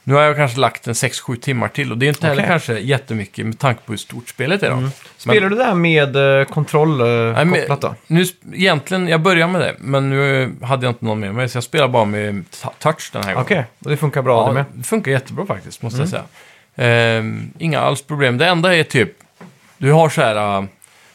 A: Nu har jag kanske lagt en 6-7 timmar till och det är inte heller
B: Okej. Mm.
A: kanske jättemycket med tanke på hur stort spelet är då.
B: Spelar du det här med eh, kontroll eh,
A: Nej, men-
B: kopplat då?
A: Nu, sp- egentligen, jag började med det, men nu eh, hade jag inte någon med mig så jag spelar bara med t- touch den här gången.
B: Okej, och det funkar bra det
A: Ja,
B: med. Mm.
A: det funkar jättebra faktiskt, måste jag säga. Ehm, inga alls problem. Det enda är typ, du har så här, ah,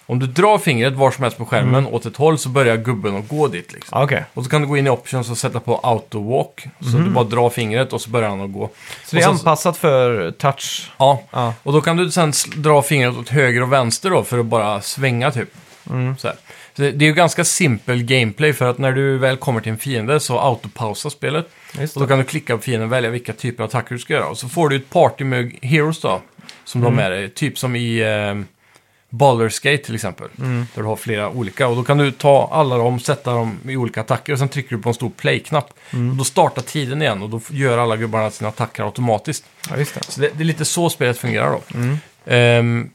A: om du drar fingret var som helst på skärmen
B: Mm.
A: åt ett håll så börjar gubben att gå dit liksom.
B: Ja, Okej,
A: Och så kan du gå in i options och sätta på auto walk. Så du bara drar fingret och så börjar han att gå.
B: Mhm. så det är
A: och sen,
B: anpassat för touch?
A: ja,
B: Ja.
A: och då kan du sen sl- dra fingret åt höger och vänster då för att bara svänga typ.
B: Mm.
A: Så här. Så det, det är ju ganska simpel gameplay för att när du väl kommer till en fiende så autopausar spelet.
B: Just
A: Och då
B: det.
A: kan du klicka på fienden och välja vilka typer av attacker du ska göra. Och så får du ett party med heroes då. Som de
B: Mm.
A: är dig. Typ som i eh, Baldur's Gate till exempel.
B: Mm.
A: Där du har flera olika. Och då kan du ta alla dem, sätta dem i olika attacker. Och sen trycker du på en stor play-knapp.
B: Mm.
A: Och då startar tiden igen. Och då f- gör alla gubbarna sina attacker automatiskt.
B: Ja, just det.
A: Så det, det är lite så spelet fungerar då. Ehm,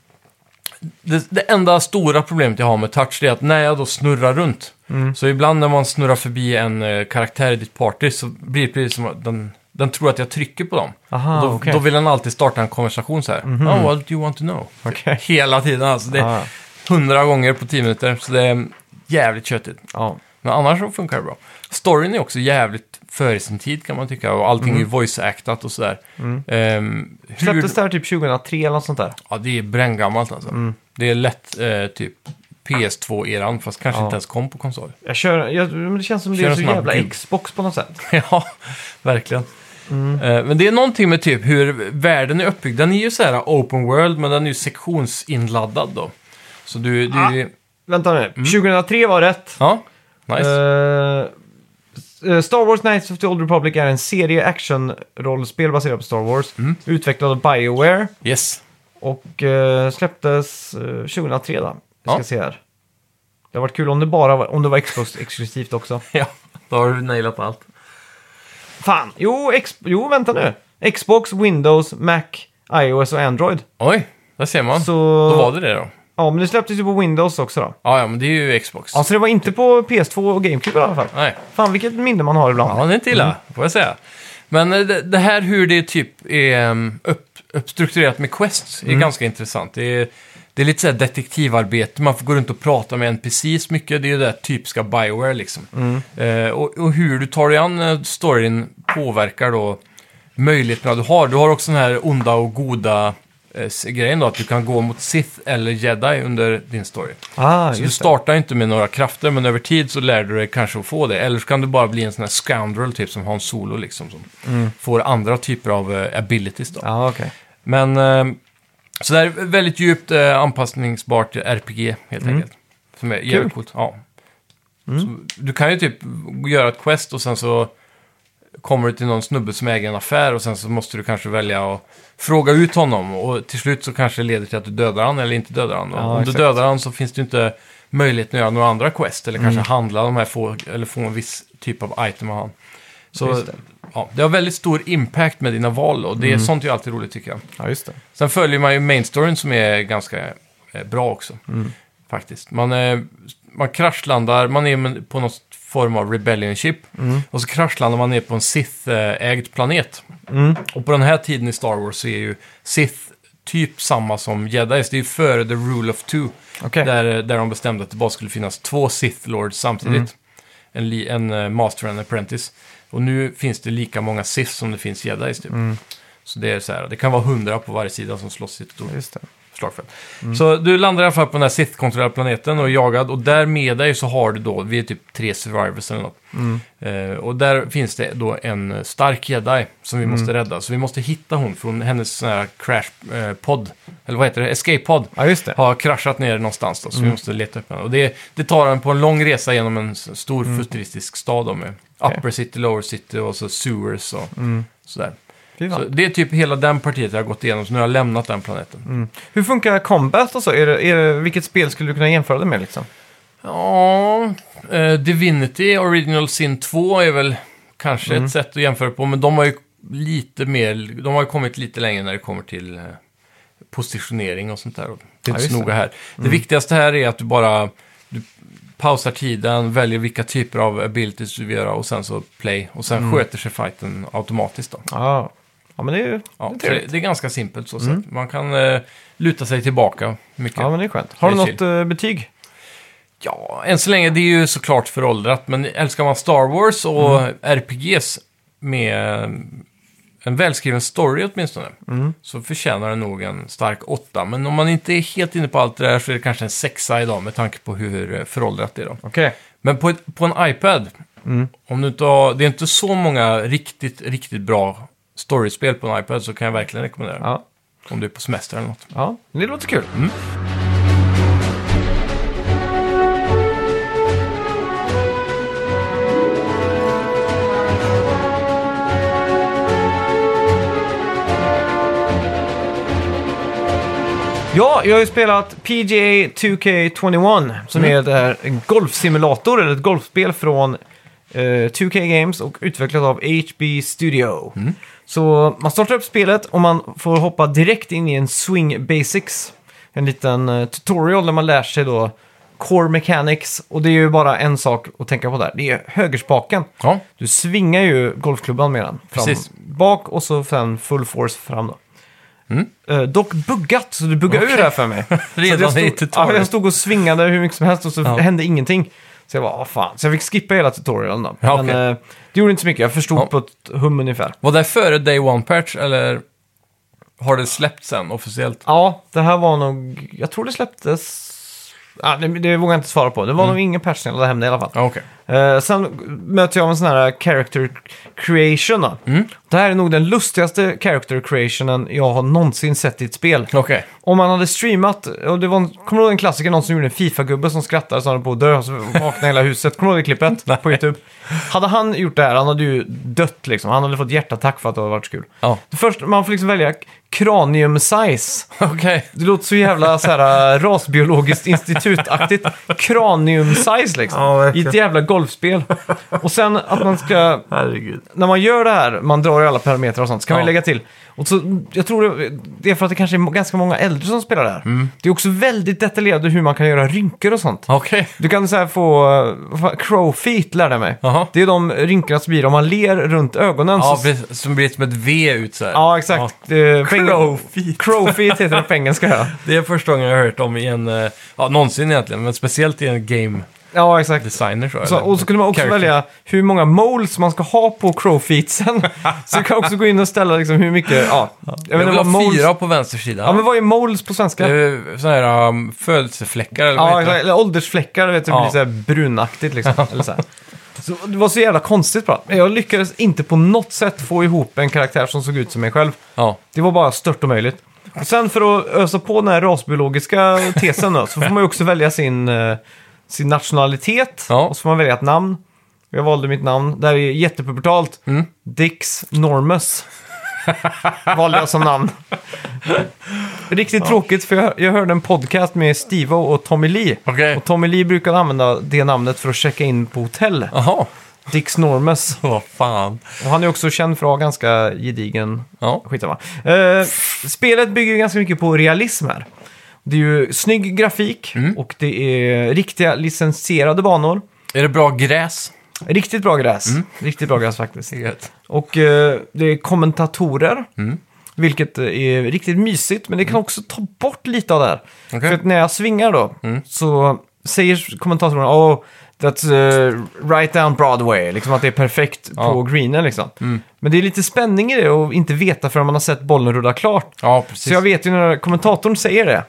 A: det, det enda stora problemet jag har med touch det är att när jag då snurrar runt. Så ibland när man snurrar förbi en eh, karaktär i ditt party så blir det precis som att den, den tror att jag trycker på dem.
B: Aha,
A: Och då,
B: okej. Mhm.
A: då vill den alltid starta en konversation så här. Oh, what do you want to know?
B: Okej.
A: Hela tiden alltså. Det är
B: Ah.
A: hundra gånger på tio minuter. Så det är jävligt köttigt.
B: Ja.
A: Men annars så funkar det bra. Storyn är också jävligt före sin tid kan man tycka. Och allting är voice-actat och sådär. Ehm, hur-
B: Släpptes det här typ 2003 eller något sånt där?
A: Ja, det är bränngammalt alltså. Det är lätt eh, typ PS2-eran, fast kanske
B: Ja.
A: inte ens kom på konsol.
B: Jag kör, jag, men det känns som det
A: Kör
B: är
A: en
B: så
A: sån här
B: jävla
A: gub.
B: Xbox på något sätt.
A: ja, verkligen. Eh, men det är någonting med typ hur världen är uppbyggd. Den är ju så här open world, men den är ju sektionsinladdad då. Så du... du
B: Vänta nu, 2003 var rätt.
A: Ja, nice.
B: Eh, eh, Star Wars Knights of the Old Republic är en serie action-rollspel baserad på Star Wars. Utvecklad av Bioware
A: yes.
B: och eh, släpptes eh, 2003 då. Vi ska
A: Ja.
B: se här. Det har varit kul om det bara var, om det var Xbox exklusivt också.
A: Ja, då har du nailat allt.
B: Fan, jo, ex- jo vänta nu. Xbox, Windows, Mac, iOS och Android.
A: Oj, där ser man.
B: Så-
A: Då var det det då.
B: Ja, men det släpptes ju på Windows också då.
A: Ja, ja, men det är ju Xbox.
B: Ja, så det var inte på PS2 och GameCube i alla fall.
A: Nej.
B: Fan, vilket minne man har ibland.
A: Ja, det är inte
B: Mm.
A: illa, får jag säga. Men eh, det, det här hur det typ är mm, upp, uppstrukturerat med quests är ganska intressant. Det är, det är lite såhär detektivarbete, man får gå runt och prata med NPCs mycket. Det är ju det där typiska Bioware liksom. Eh, och, och hur du tar dig an eh, storyn påverkar då möjligheterna du har. Du har också den här onda och goda eh, s- grejen då, att du kan gå mot Sith eller Jedi under din story.
B: Ah,
A: Så du
B: just det.
A: startar inte med några krafter, men över tid så lär du dig kanske att få det. Eller så kan du bara bli en sån här scoundrel, typ som Hans Solo, liksom, som får andra typer av eh, abilities. Då.
B: Mm. Ja, okej.
A: Men, eh, så det här är ett väldigt djupt eh, anpassningsbart RPG, helt
B: Mm.
A: enkelt. Som är jävligt coolt. Ja. Så, du kan ju typ göra ett quest och sen så kommer du till någon snubbe som äger en affär och sen så måste du kanske välja att fråga ut honom och till slut så kanske det leder till att du dödar han eller inte dödar han. Och
B: Ja,
A: om
B: exakt.
A: du dödar han så finns det ju inte möjligheten att göra några andra quest eller
B: Mm.
A: kanske handla de här få, eller få en viss typ av item av han. Så
B: Just det. Mm.
A: ja, det har väldigt stor impact med dina val och det är sånt är ju alltid roligt tycker jag.
B: Ja, just det.
A: Sen följer man ju main storyn som är ganska eh, bra också. Faktiskt. Man, eh, man kraschlandar, man är men- på någon form av rebellion ship. Och så kraschlandar man ner på en Sith-ägd planet. Och på den här tiden i Star Wars så är ju Sith typ samma som Jedi. Så det är ju före the rule of two.
B: Okej.
A: Där, där de bestämde att det bara skulle finnas två Sith Lords samtidigt.
B: Mm.
A: En, li- en eh, Master och en Apprentice. Och nu finns det lika många Sith som det finns Jedis typ.
B: Mm.
A: Så det är så här, det kan vara hundra på varje sida som slåss i ett stort
B: Just Mm. det.
A: slagfält. Så du landar i alla fall på den här Sith-kontrollerade planeten och är jagad. Och där med dig så har du då, vi är typ tre survivors eller något.
B: Mm.
A: Eh, och där finns det då en stark jedi som
B: Mm.
A: vi måste rädda. Så vi måste hitta hon från hennes sån här crash-pod, eller vad heter det, escape-pod
B: Ja, just det.
A: har kraschat ner någonstans då, så vi måste leta upp den. Och det, det tar en på en lång resa genom en s- stor futuristisk stad då, med
B: Okej.
A: Upper City, Lower City och så sewers och sådär.
B: Fy fan.
A: Så Mm. det är typ hela den partiet jag har gått igenom, så nu har jag lämnat den planeten.
B: Hur funkar combat och så? Är det, är det, vilket spel skulle du kunna jämföra det med liksom?
A: Ja,
B: Mm.
A: eh, Divinity Original Sin 2 är väl kanske ett sätt att jämföra på, men de har ju lite mer, de har ju kommit lite längre när det kommer till eh, positionering och sånt där. Det är
B: Ja,
A: inte
B: just Mm.
A: så noga här. Det viktigaste här är att du bara du pausar tiden, väljer vilka typer av abilities du vill göra och sen så play. Och sen
B: Mm.
A: sköter sig fighten automatiskt då.
B: Ja. ja, men det är ju det
A: Ja, det,
B: är
A: är
B: trevligt. Mm.
A: det är ganska simpelt så sett. Man kan eh, luta sig tillbaka mycket.
B: Ja,
A: Ja,
B: men det är skönt. Har du
A: Det är
B: något eh, betyg?
A: än så länge, det är ju såklart föråldrat, men älskar man Star Wars och RPGs med eh, en välskriven story åtminstone, så förtjänar den nog en stark åtta. Men om man inte är helt inne på allt det där så är det kanske en sexa idag med tanke på hur eh, föråldrat det är då.
B: Okej.
A: Men på, ett, på en iPad, om du inte har, det är inte så många riktigt, riktigt bra storyspel på en iPad så kan jag verkligen rekommendera.
B: Ja.
A: Om du är på semester eller något.
B: ja, det låter kul. Mm. Ja, jag har ju spelat PGA 2K21 som är det här, en golfsimulator eller ett golfspel från eh, 2K Games och utvecklat av HB Studio. Så man startar upp spelet och man får hoppa direkt in i en swing basics. En liten eh, tutorial där man lär sig då core mechanics och det är ju bara en sak att tänka på där. Det är högerspaken.
A: Ja,
B: Du svingar ju golfklubban med den. Fram,
A: Precis.
B: Bak och så sen full force fram då.
A: Mm.
B: Eh, dock buggat, så du buggade ur det här för mig. Så att
A: Redan
B: jag
A: i
B: stod,
A: tutorial.
B: ja, jag stod och svingade hur mycket som helst och så
A: Ja.
B: hände ingenting. Så jag bara, "Ah, fan. Så jag fick skippa hela tutorialen då.
A: Ja,
B: Men
A: okej.
B: eh, det gjorde inte så mycket, jag förstod
A: Ja.
B: på ett hum ungefär.
A: Var det före Day One Patch eller har det släppts sen officiellt?
B: Ja, det här var nog, jag tror det släpptes... Ah, det, det vågar jag inte svara på. Det var nog ingen patch när jag laddade hem det i alla fall.
A: Mm. Ja, okej.
B: Eh, sen möter jag en sån här character creation. Då.
A: Mm.
B: Det här är nog den lustigaste character creationen jag har någonsin sett i ett spel.
A: Okej.
B: Om man hade streamat, och det var en, kommer du ihåg en klassiker, någon som gjorde en Fifa-gubbe som skrattade så han höll på att dö och så vaknade hela huset. Kommer du ihåg det klippet på YouTube? Hade han gjort det här, han hade ju dött liksom. Han hade fått hjärtattack för att det hade varit så kul.
A: Ja.
B: Det första, man får liksom välja kranium size.
A: Okej.
B: Det låter så jävla så här, äh, rasbiologiskt institutaktigt. Kranium-size liksom.
D: Ja,
B: I
D: verkligen.
B: ett jävla golfspel. Och sen att man ska,
D: Herregud.
B: när man gör det här, man drar ju alla parametrar och sånt, så kan man
A: Ja.
B: ju lägga till. Och så, jag tror det, det är för att det kanske är må- ganska många äldre som spelar det här.
A: Mm.
B: Det är också väldigt detaljerat hur man kan göra rynkor och sånt.
A: Okej.
B: Du kan så här få, vad fan, crow feet lärde jag mig.
A: Jaha.
B: Det är de rynkorna som blir om man ler runt ögonen.
A: Ja,
B: så,
A: precis. Som blir som ett V ut så här.
B: ja exakt. Ja.
A: Crow feet.
B: Crow feet heter det på engelska. Ja,
A: Det är första gången jag har hört om i en, eh, ja någonsin egentligen, men speciellt i en game
B: ja exakt.
A: designer så.
B: Så,
A: eller-
B: och så kunde man också
A: character.
B: välja hur många moles man ska ha på crowfeetsen. så du kan också gå in och ställa liksom hur mycket, ja.
A: Jag,
B: vet inte
A: vill
B: vad
A: ha
B: moles...
A: fyra på vänster sida.
B: Ja men vad är moles på svenska?
A: Det är sådana här um, födelsefläckar eller
B: Ja,
A: vad heter
B: exakt.
A: det?
B: eller åldersfläckar, du vet, det
A: Ja.
B: blir så här brunaktigt liksom. eller så här. Så det var så jävla konstigt bra. Men jag lyckades inte på något sätt få ihop en karaktär som såg ut som mig själv.
A: Ja.
B: Det var bara stört omöjligt. Och sen för att ösa på den här rasbiologiska tesen då, så får man ju också välja sin, eh, sin nationalitet
A: Ja.
B: och så får man välja ett namn. Jag valde mitt namn. Det här är jättepubertalt. Dix Normus valde jag som namn. Riktigt tråkigt för jag, jag hörde en podcast med Steve och Tommy Lee.
A: Okej.
B: Och Tommy Lee brukade använda det namnet för att checka in på hotell.
A: Jaha.
B: Dix Normus.
A: Vad fan.
B: Och han är också känd för att ha ganska gedigen
A: Ja.
B: Skitsamma. Eh, spelet bygger ju ganska mycket på realism här. Det är ju snygg grafik och det är riktiga licensierade banor.
A: Är det bra gräs?
B: Riktigt bra gräs. Riktigt bra gräs faktiskt.
A: Gött.
B: Och eh, det är kommentatorer.
A: Mm.
B: Vilket eh, är riktigt mysigt, men det kan också ta bort lite av det här.
A: Okej. Mm.
B: För att när jag svingar då, så säger kommentatorerna oh, that's eh, right down Broadway. Liksom att det är perfekt på greenen liksom.
A: Mm.
B: Men det är lite spänning i det och inte veta förrän man har sett bollen rulla klart.
A: Ja, precis. Mm.
B: Så jag vet ju när kommentatorn säger det.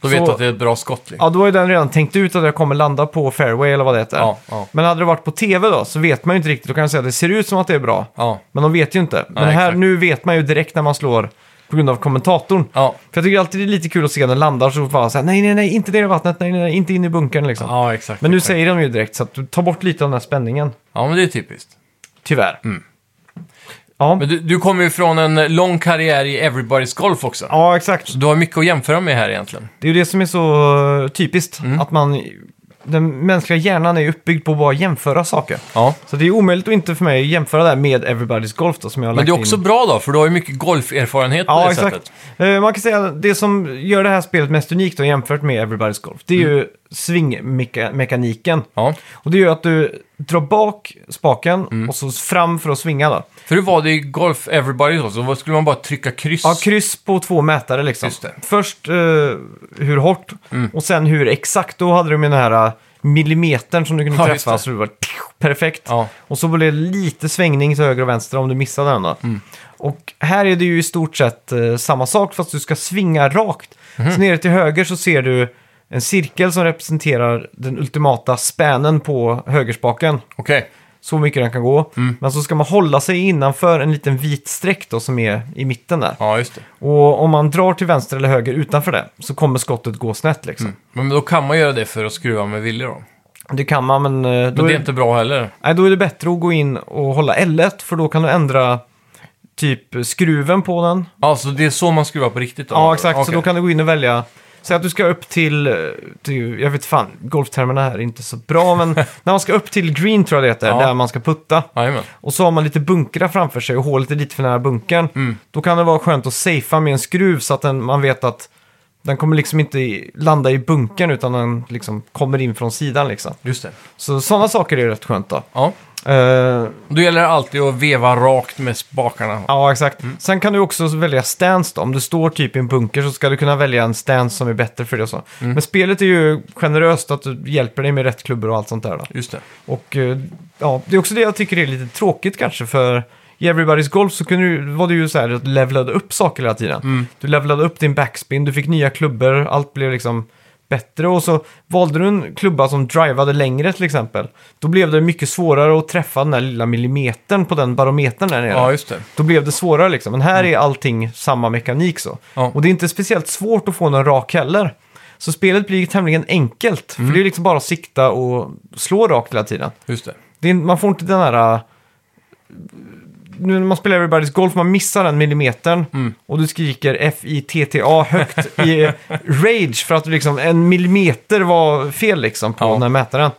A: Då vet
B: så-
A: du att det är ett bra skott. Liksom.
B: Ja, då är den redan tänkt ut att jag kommer landa på fairway eller vad det heter.
A: Ja, ja.
B: Men hade det varit på tv då, så vet man ju inte riktigt. Då kan jag säga att det ser ut som att det är bra.
A: Ja.
B: Men de vet ju inte. Men
A: Nej,
B: här,
A: exakt.
B: nu vet man ju direkt när man slår på grund av kommentatorn.
A: Ja.
B: För jag tycker alltid det är lite kul att se när den landar så bara så här, nej, nej, nej, inte ner i vattnet, nej, nej, nej, inte in i bunkern liksom.
A: Ja, exakt.
B: Men nu
A: exakt.
B: säger de ju direkt, så att du tar bort lite av den här spänningen.
A: Ja, men det är typiskt.
B: Tyvärr. Ja.
A: Mm. Men du, du kommer ju från en lång karriär i Everybody's Golf också.
B: ja, exakt.
A: Så du har mycket att jämföra med här egentligen. Mm.
B: Det är ju det som är så eh, typiskt, att man den mänskliga hjärnan är ju uppbyggd på att bara jämföra saker.
A: Ja.
B: Så det är omöjligt att inte för mig jämföra det här med Everybody's Golf då, som jag har
A: Men det är
B: lagt
A: också
B: in.
A: bra då, för du har ju mycket golferfarenhet på
B: Ja,
A: det
B: exakt.
A: sättet.
B: Eh, Man kan säga att det som gör det här spelet mest unikt då, jämfört med Everybody's Golf, det är ju svingmekaniken.
A: Mm. Ja.
B: Och det gör att du drar bak spaken
A: Mm.
B: och så fram för att svinga då.
A: För hur var det i Golf Everybody då? Så vad skulle man bara trycka kryss?
B: Ja, kryss på två mätare liksom.
A: Just det. Mm.
B: Först eh, hur hårt och sen hur exakt. Då hade du med den här eh, millimetern som du kunde
A: Ja, just
B: träffa
A: det.
B: så det var tju, perfekt.
A: Ja.
B: Och så blev det lite svängning till höger och vänster om du missade den då.
A: Mm.
B: Och här är det ju i stort sett eh, samma sak fast du ska svinga rakt.
A: Mhm.
B: Så nere till höger så ser du en cirkel som representerar den ultimata spännen på högerspaken.
A: Okej.
B: Så mycket den kan gå.
A: Mm.
B: Men så ska man hålla sig innanför en liten vit streck då som är i mitten där.
A: Ja, just det.
B: Och om man drar till vänster eller höger utanför det så kommer skottet gå snett liksom.
A: Men då kan man göra det för att skruva med vilja då.
B: Det kan man, men, eh, då,
A: Men det
B: är,
A: är inte bra heller.
B: nej, då är det bättre att gå in och hålla L1 för då kan du ändra typ skruven på den.
A: Ja, så Alltså, det är så man skruvar på riktigt då?
B: Ja, exakt. Så
A: Okej.
B: då kan du gå in och välja. Säg att du ska upp till, eh, till jag vet fan, golftermerna här är inte så bra, men när man ska upp till green tror jag det heter,
A: Ja.
B: där man ska putta.
A: Jajamän.
B: Och så har man lite bunkrar framför sig och hålet är lite för nära bunkern. Då kan det vara skönt att safea med en skruv så att den, man vet att den kommer liksom inte i- landa i bunkern utan den liksom kommer in från sidan liksom.
A: Just det.
B: Så sådana saker är rätt skönt då.
A: Ja.
B: Eh,
A: Då gäller det alltid att veva rakt med spakarna.
B: ja, exakt. Sen kan du också välja stance då. Om du står typ i en bunker så ska du kunna välja en stance som är bättre för det och så. Men spelet är ju generöst att du hjälper dig med rätt klubbor och allt sånt där då.
A: Just det.
B: Och eh, ja, det är också det jag tycker är lite tråkigt kanske för i Everybody's Golf så kunde du, var det ju så här att du levlade upp saker hela tiden. Du levlade upp din backspin, du fick nya klubbor, allt blev liksom bättre och så valde du en klubba som drivade längre till exempel. Då blev det mycket svårare att träffa den där lilla millimetern på den barometern där nere.
A: Ja, just det.
B: Då blev det svårare liksom. Men här är allting samma mekanik så.
A: Mm. Ja.
B: Och det är inte speciellt svårt att få någon rak heller. Så spelet blir tämligen enkelt.
A: Mm.
B: För det är liksom bara att sikta och slå rakt hela tiden.
A: Just det.
B: Det är, man får inte den här... äh, Nu när man spelar Everybody's Golf, man missar den millimetern.
A: Mm.
B: Och du skriker F-I-T-T-A högt i rage för att du liksom, en millimeter var fel liksom på
A: Ja.
B: den här mätaren.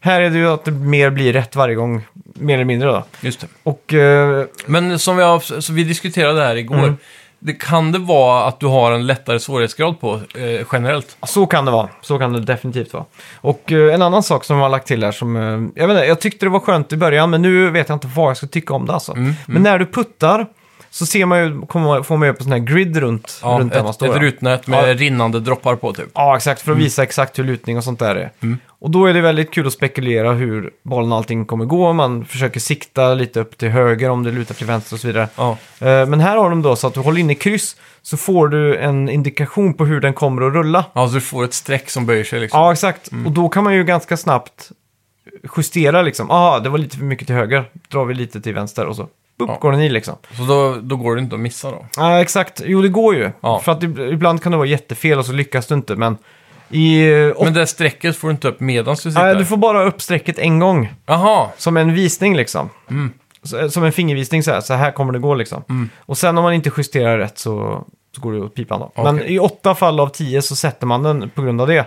B: Här är det ju att det mer blir rätt varje gång, mer eller mindre då.
A: Just det.
B: Och eh,
A: Men som vi, har, så vi diskuterade det här igår.
B: Mm.
A: Det kan det vara att du har en lättare svårighetsgrad på eh, generellt?
B: Så kan det vara. Så kan det definitivt vara. Och eh, en annan sak som man har lagt till här som... eh, jag, vet inte, jag tyckte det var skönt i början, men nu vet jag inte vad jag ska tycka om det alltså.
A: Mm,
B: Men när du puttar så ser man ju, kommer, får man ju upp en sån här grid runt,
A: Ja,
B: runt där man
A: ett,
B: står.
A: ett
B: ja.
A: rutnät med
B: Ja.
A: rinnande droppar på typ.
B: Ja, exakt. För att visa exakt hur lutning och sånt där är.
A: Mm.
B: Och då är det väldigt kul att spekulera hur bollen och allting kommer gå. Man försöker sikta lite upp till höger om det lutar till vänster och så vidare.
A: Ja.
B: Eh, Men här har de då så att du håller inne kryss så får du en indikation på hur den kommer att rulla.
A: Alltså du får ett streck som böjer sig liksom.
B: Ja, exakt. Och då kan man ju ganska snabbt justera liksom. Aha, det var lite för mycket till höger. Drar vi lite till vänster och så boop,
A: Ja.
B: går den i liksom.
A: Så då, då går det inte att missa då.
B: Ja, exakt. Jo, det går ju.
A: Ja.
B: För att ib- ibland kan det vara jättefel och så lyckas du inte. Men i... Och,
A: Men det där strecket får du inte upp medan du sitter.
B: Nej, du får bara upp strecket en gång.
A: Aha,
B: Som en visning liksom.
A: Mm.
B: Så- Som en fingervisning så här. Så här kommer det gå liksom. Och sen om man inte justerar rätt så, så går det åt pipan då. Men i åtta fall av tio så sätter man den på grund av det.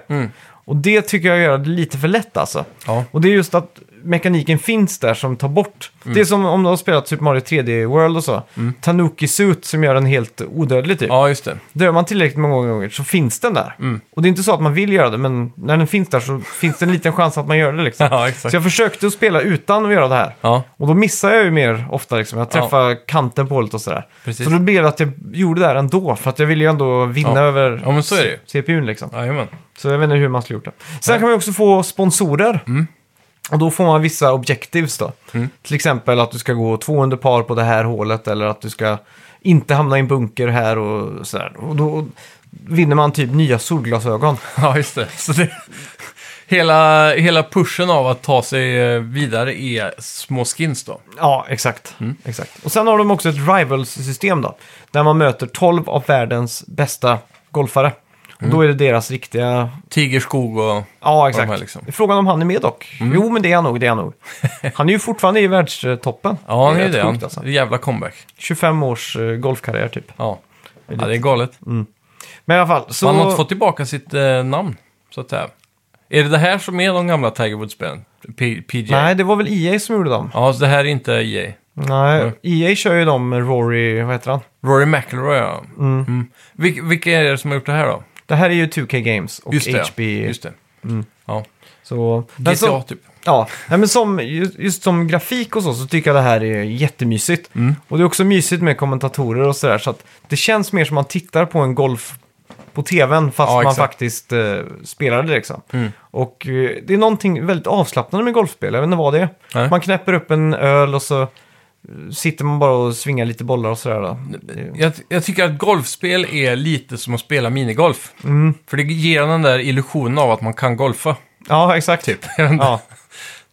B: Och det tycker jag gör det lite för lätt alltså.
A: Mm. Ja.
B: Och det är just att mekaniken finns där som tar bort.
A: Mm.
B: Det är som om du har spelat Super Mario 3D World och så. Tanuki Suit som gör den helt odödlig typ.
A: ja Mm. just det.
B: Dör man tillräckligt många gånger så finns den där. Och det är inte så att man vill göra det, men när den finns där så finns det en liten chans att man gör det liksom.
A: Ja, exakt.
B: Så jag försökte att spela utan att göra det här.
A: Ja,
B: Och då missar jag ju mer ofta liksom. Jag träffar kanten på hålet och sådär.
A: Precis.
B: Så då blev det att jag gjorde det här ändå. För att jag ville ju ändå vinna
A: Ja.
B: över
A: Ja, men så är det ju.
B: CPUn liksom.
A: jajamän.
B: Så jag vet inte hur man skulle gjort det. Sen kan man ju också få sponsorer. Och då får man vissa objectives då. Till exempel att du ska gå två under par på det här hålet eller att du ska inte hamna i en bunker här och sådär. Och då vinner man typ nya solglasögon.
A: Ja, just det. Så det hela, hela pushen av att ta sig eh, vidare är små skins då.
B: Ja, exakt. exakt. Och sen har de också ett Rivals-system då. Där man möter 12 av världens bästa golfare. Och då är det deras riktiga...
A: Tigerskog och...
B: Ja, exakt.
A: här liksom. Mm.
B: Frågan om han är med dock. Jo, men det är han nog. Det är han nog. Han är ju fortfarande i världstoppen.
A: Ja, det är
B: rätt
A: det.
B: sjukt,
A: Han-
B: alltså.
A: Jävla comeback.
B: 25 års eh, golfkarriär typ.
A: Ja. ja, det är galet.
B: Men i alla fall, Mm. så...
A: Man har inte fått tillbaka sitt eh, namn, så att säga. Är det det här som är de gamla Tiger Woods-spelen? P- PGA?
B: Nej, det var väl EA som gjorde dem.
A: Ja, så det här är inte EA.
B: Nej, EA kör ju dem med Rory, vad heter han?
A: Rory McIlroy, ja. Mm. Vil- vilka är det som har gjort det här då?
B: Det här är ju 2K Games och
A: Just det,
B: HB.
A: ja. Just det. Ja.
B: Så,
A: GTA,
B: men så,
A: typ.
B: ja, nej, men som, just, just som grafik och så, så tycker jag det här är jättemysigt.
A: Mm.
B: Och det är också mysigt med kommentatorer och sådär, så att det känns mer som man tittar på en golf på tvn fast
A: Ja,
B: man
A: exakt. Mm.
B: faktiskt eh, spelar det liksom. Och eh, det är någonting väldigt avslappnande med golfspel, jag vet inte vad det är.
A: Nej.
B: Man knäpper upp en öl och så eh, sitter man bara och svingar lite bollar och sådär. Då. Det-
A: Jag, jag tycker att golfspel är lite som att spela minigolf.
B: Mm.
A: För det ger en den där illusionen av att man kan golfa.
B: Ja, exakt. Typ. Ja.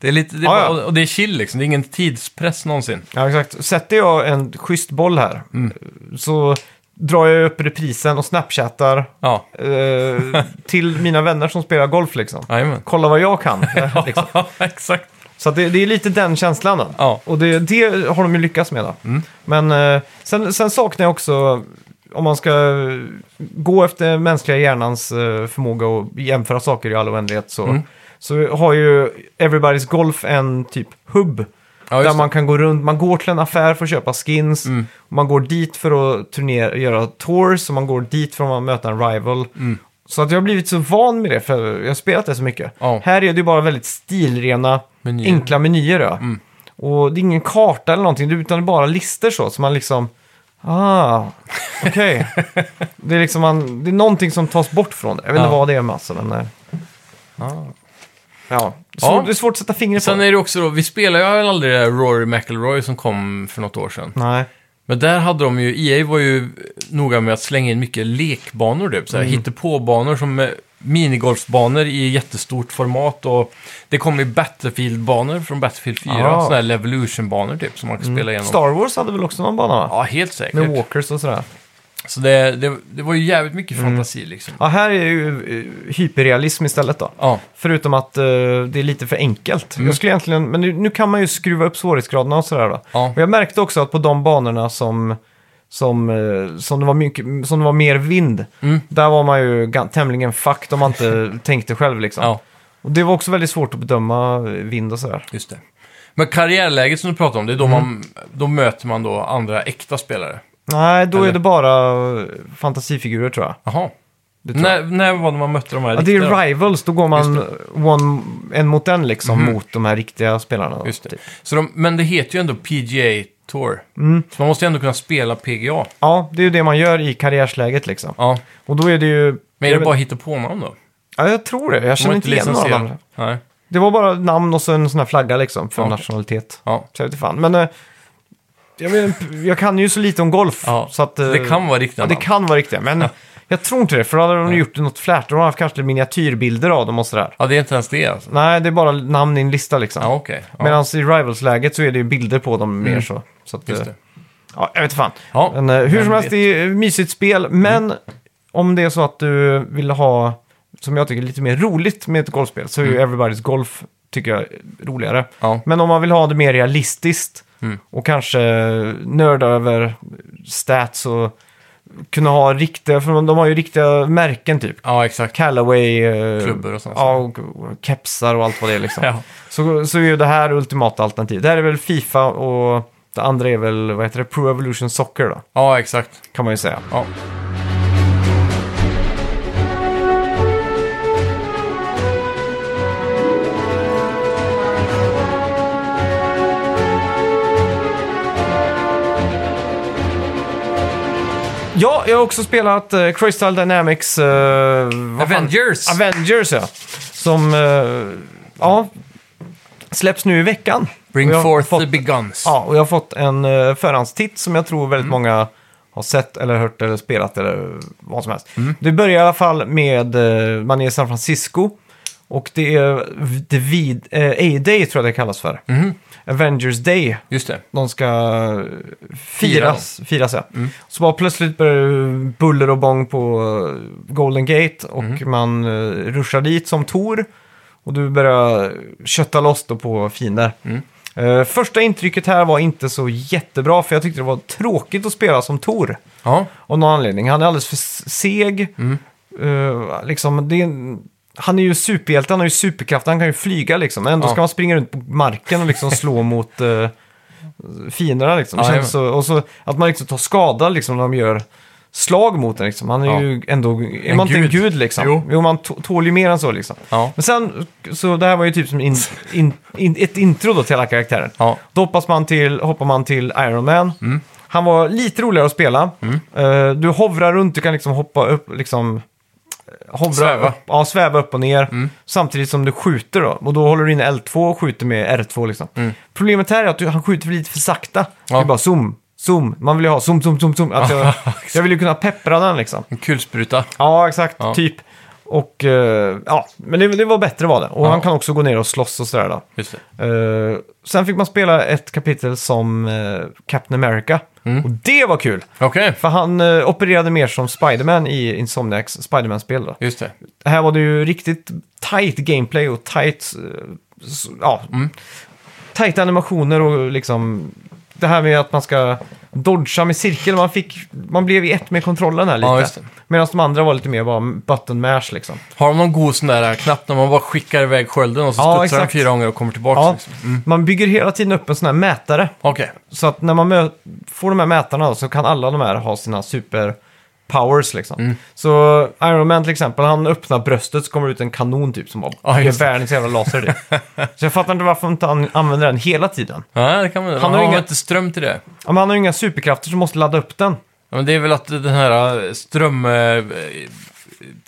A: Det är lite, det är,
B: Ah, Ja, ja.
A: bara- Och det är chill liksom, det är ingen tidspress någonsin.
B: Ja, exakt. Sätter jag en schysst boll här
A: Mm.
B: så drar jag upp reprisen och snapchattar
A: Ja,
B: eh, till mina vänner som spelar golf liksom.
A: jajamän.
B: Kolla vad jag kan. liksom.
A: Exakt.
B: Så att det, det är lite den känslan. Då.
A: Ja. Mm.
B: Och det, det har de ju lyckats med. Då. Men eh, sen, sen saknar jag också, om man ska gå efter mänskliga hjärnans eh, förmåga och jämföra saker i all oändlighet så,
A: Mm.
B: så har ju Everybody's Golf en typ hubb.
A: Ja,
B: där
A: just det. Mm.
B: man kan gå runt, man går till en affär för att köpa skins, och man går dit för att turnera, göra tours och man går dit för att möta en rival.
A: Mm.
B: Så att jag har blivit så van med det, för jag har spelat det så mycket.
A: Ja.
B: Här är det ju bara väldigt stilrena,
A: Menyer. Mm.
B: enkla menyer. Ja. Och det är ingen karta eller någonting, utan det är bara lister så. Så man liksom, ah, okej. det är liksom man, det är någonting som tas bort från det. Jag vet inte
A: Ja.
B: vad det är med alltså, men... eh, Ja. Så
A: Ja.
B: Det är svårt att sätta fingret på.
A: Sen är det också då, vi spelade ju aldrig det där Rory McIlroy som kom för något år sedan.
B: Nej.
A: Men där hade de ju, EA var ju noga med att slänga in mycket lekbanor typ.
B: Mm.
A: Såhär, Hittepåbanor som eh, minigolfbanor i jättestort format. Och det kom ju Battlefield-banor från Battlefield 4.
B: Ah.
A: Sådana här Levolution-banor typ som man kan spela igenom.
B: Star Wars hade väl också någon bana? va?
A: Ja, helt
B: Mm. Med
A: säkert.
B: walkers och sådär.
A: Så det, det, det var ju jävligt mycket fantasi liksom.
B: Mm. Ja, här är ju eh, hyperrealism istället då.
A: Ja, Mm.
B: Förutom att eh, det är lite för enkelt. Jag skulle egentligen, men nu, nu kan man ju skruva upp svårighetsgraderna och sådär då.
A: Ja.
B: Och jag märkte också att på de banorna som, som, eh, som, det, var mycket, som det var mer vind,
A: Mm.
B: där var man ju gan- tämligen fucked om man inte tänkte själv liksom.
A: ja,
B: Och det var också väldigt svårt att bedöma vind och sådär.
A: just det. Men karriärläget som du pratade om, det är då,
B: Mm.
A: man, då möter man då andra äkta spelare.
B: Nej, då är
A: Eller?
B: det bara eh, fantasifigurer tror jag.
A: Jaha.
B: Det tror jag.
A: När, när var det man mötte de här
B: Ja, det
A: riktiga då?
B: är rivals, då går man one, en mot en liksom mot de här riktiga spelarna. då,
A: Mm-hmm. Just det.
B: typ.
A: Så de, men det heter ju ändå PGA Tour.
B: Mm.
A: Så man måste ju ändå kunna spela PGA.
B: Ja, det är ju det man gör i karriärsläget liksom.
A: Ja.
B: Och då är det ju...
A: Men är det bara hittepånamn då?
B: Ja, jag tror det. Jag
A: De
B: känner
A: är
B: inte igen några
A: licensierade.
B: namn.
A: Nej.
B: Det var bara namn och så en sån här flagga liksom för
A: Ja.
B: nationalitet.
A: Ja.
B: Så jag vet inte fan. Men eh, jag, men, jag kan ju så lite om golf.
A: Ja.
B: Så att, eh,
A: Det kan vara riktiga
B: Ja, det
A: namn.
B: kan vara riktiga. Men jag tror inte det, för då hade de gjort något flärt. De har haft kanske miniatyrbilder av dem och sådär.
A: Ja, det är inte ens det alltså.
B: Nej, det är bara namn i en lista liksom.
A: Ja, okej. Ja, Mm.
B: Medan i Rivals-läget så är det ju bilder på dem mer så. så att,
A: just
B: eh,
A: det.
B: Ja, jag vet fan.
A: Ja,
B: men, eh, hur
A: vem
B: som helst,
A: vet? Mm.
B: det är ett mysigt spel. Men om det är så att du vill ha, som jag tycker, lite mer roligt med ett golfspel så är
A: Mm.
B: ju Everybody's Golf, tycker jag, roligare.
A: Ja.
B: Men om man vill ha det mer realistiskt och kanske nörda över stats och kunna ha riktiga, för de har ju riktiga märken typ.
A: ja, exakt.
B: Callaway, eh,
A: Klubbor och sånt.
B: Ja, och och kepsar och allt vad det är liksom.
A: Ja.
B: så, så är ju det här ultimata alternativet. Det här är väl Fifa och det andra är väl, vad heter det, Pro Evolution Soccer då,
A: Ja, exakt.
B: kan man ju säga.
A: Ja.
B: Ja, jag har också spelat eh, Crystal Dynamics... Eh, vad fan-
A: Avengers!
B: Avengers, ja. Som, eh, ja, släpps nu i veckan.
A: Bring
B: Och jag har
A: forth
B: fått-
A: the big guns.
B: Ja, och jag har fått en eh, förhandstitt som jag tror väldigt
A: Mm.
B: många har sett eller hört eller spelat eller vad som helst.
A: Mm.
B: Det börjar i alla fall med, eh, man är i San Francisco och det är The Vid- eh, A-Day tror jag det kallas för.
A: Mm.
B: Avengers Day.
A: Just det.
B: De ska eh, firas, firas ja. Så bara plötsligt börjar det buller och bång på eh, Golden Gate och man eh, ruschar dit som Tor. Och du börjar kötta loss då på fiender. Eh, första intrycket här var inte så jättebra för jag tyckte det var tråkigt att spela som Tor.
A: Ja, Mm.
B: Av någon anledning. Han är alldeles för s- seg. Eh, liksom, det är en, han är ju superhjälte, han har ju superkrafter, han kan ju flyga liksom. Men ändå
A: Ja.
B: ska man springa runt på marken och liksom slå mot eh, fienderna liksom. Det
A: Ja,
B: känns så, och så att man liksom tar skada liksom när de gör slag mot en liksom. Han är
A: Ja.
B: ju ändå, är
A: En
B: man inte en
A: gud.
B: gud liksom?
A: Jo.
B: man tå- tål ju mer än så liksom.
A: Ja.
B: Men sen, så det här var ju typ som in, in, in, ett intro då till alla karaktärer.
A: Ja. Mm.
B: Då hoppas man till, hoppar man till Iron Man. Han var lite roligare att spela. Eh, du hovrar runt, du kan liksom hoppa upp, liksom... Hovra,
A: Sväva. Mm.
B: Upp, ja, sväva upp och ner. Samtidigt som du skjuter då. Och då håller du in L2 och skjuter med R2 liksom. Problemet här är att du, han skjuter lite för sakta. Det
A: Mm. Ja.
B: är bara zoom, zoom. Man vill ju ha zoom, zoom, zoom, zoom. Att jag, jag vill ju kunna peppra den liksom.
A: En kulspruta.
B: Ja, exakt.
A: Ja.
B: Typ. Och eh, ja, men det, det var bättre var det. Och
A: Ja.
B: han kan också gå ner och slåss och sådär då.
A: Just det.
B: Eh, sen fick man spela ett kapitel som eh, Captain America.
A: Mm.
B: Och det var kul!
A: Okej,
B: För han eh, opererade mer som Spiderman i Insomniacs Spiderman-spel då.
A: just det.
B: Här var det ju riktigt tight gameplay och tight... eh, s- ja.
A: Mm.
B: Tight animationer och liksom... Det här med att man ska dodga med cirkel. Man, fick, man blev i ett med kontrollen här lite.
A: Ja, just det.
B: Medan de andra var lite mer bara button mash liksom.
A: Har de någon god sån där knapp när man bara skickar iväg skölden och så
B: Ja,
A: studsar den
B: exakt.
A: fyra gånger och kommer tillbaka?
B: Ja,
A: Liksom.
B: Man bygger hela tiden upp en sån här mätare.
A: Okej,
B: Så att när man mö- får de här mätarna då, så kan alla de här ha sina super powers liksom.
A: Mm.
B: Så Iron Man till exempel, han öppnar bröstet så kommer det ut en kanon typ som bara
A: Ja,
B: gör
A: just det.
B: världens jävla laser i det. så jag fattar inte varför inte han använder den hela tiden.
A: ja, det kan man Han
B: har
A: har
B: inga-
A: väl inte ström till det?
B: Ja, men han har ju inga superkrafter som måste ladda upp den.
A: Ja, men det är väl att den här ström... eh,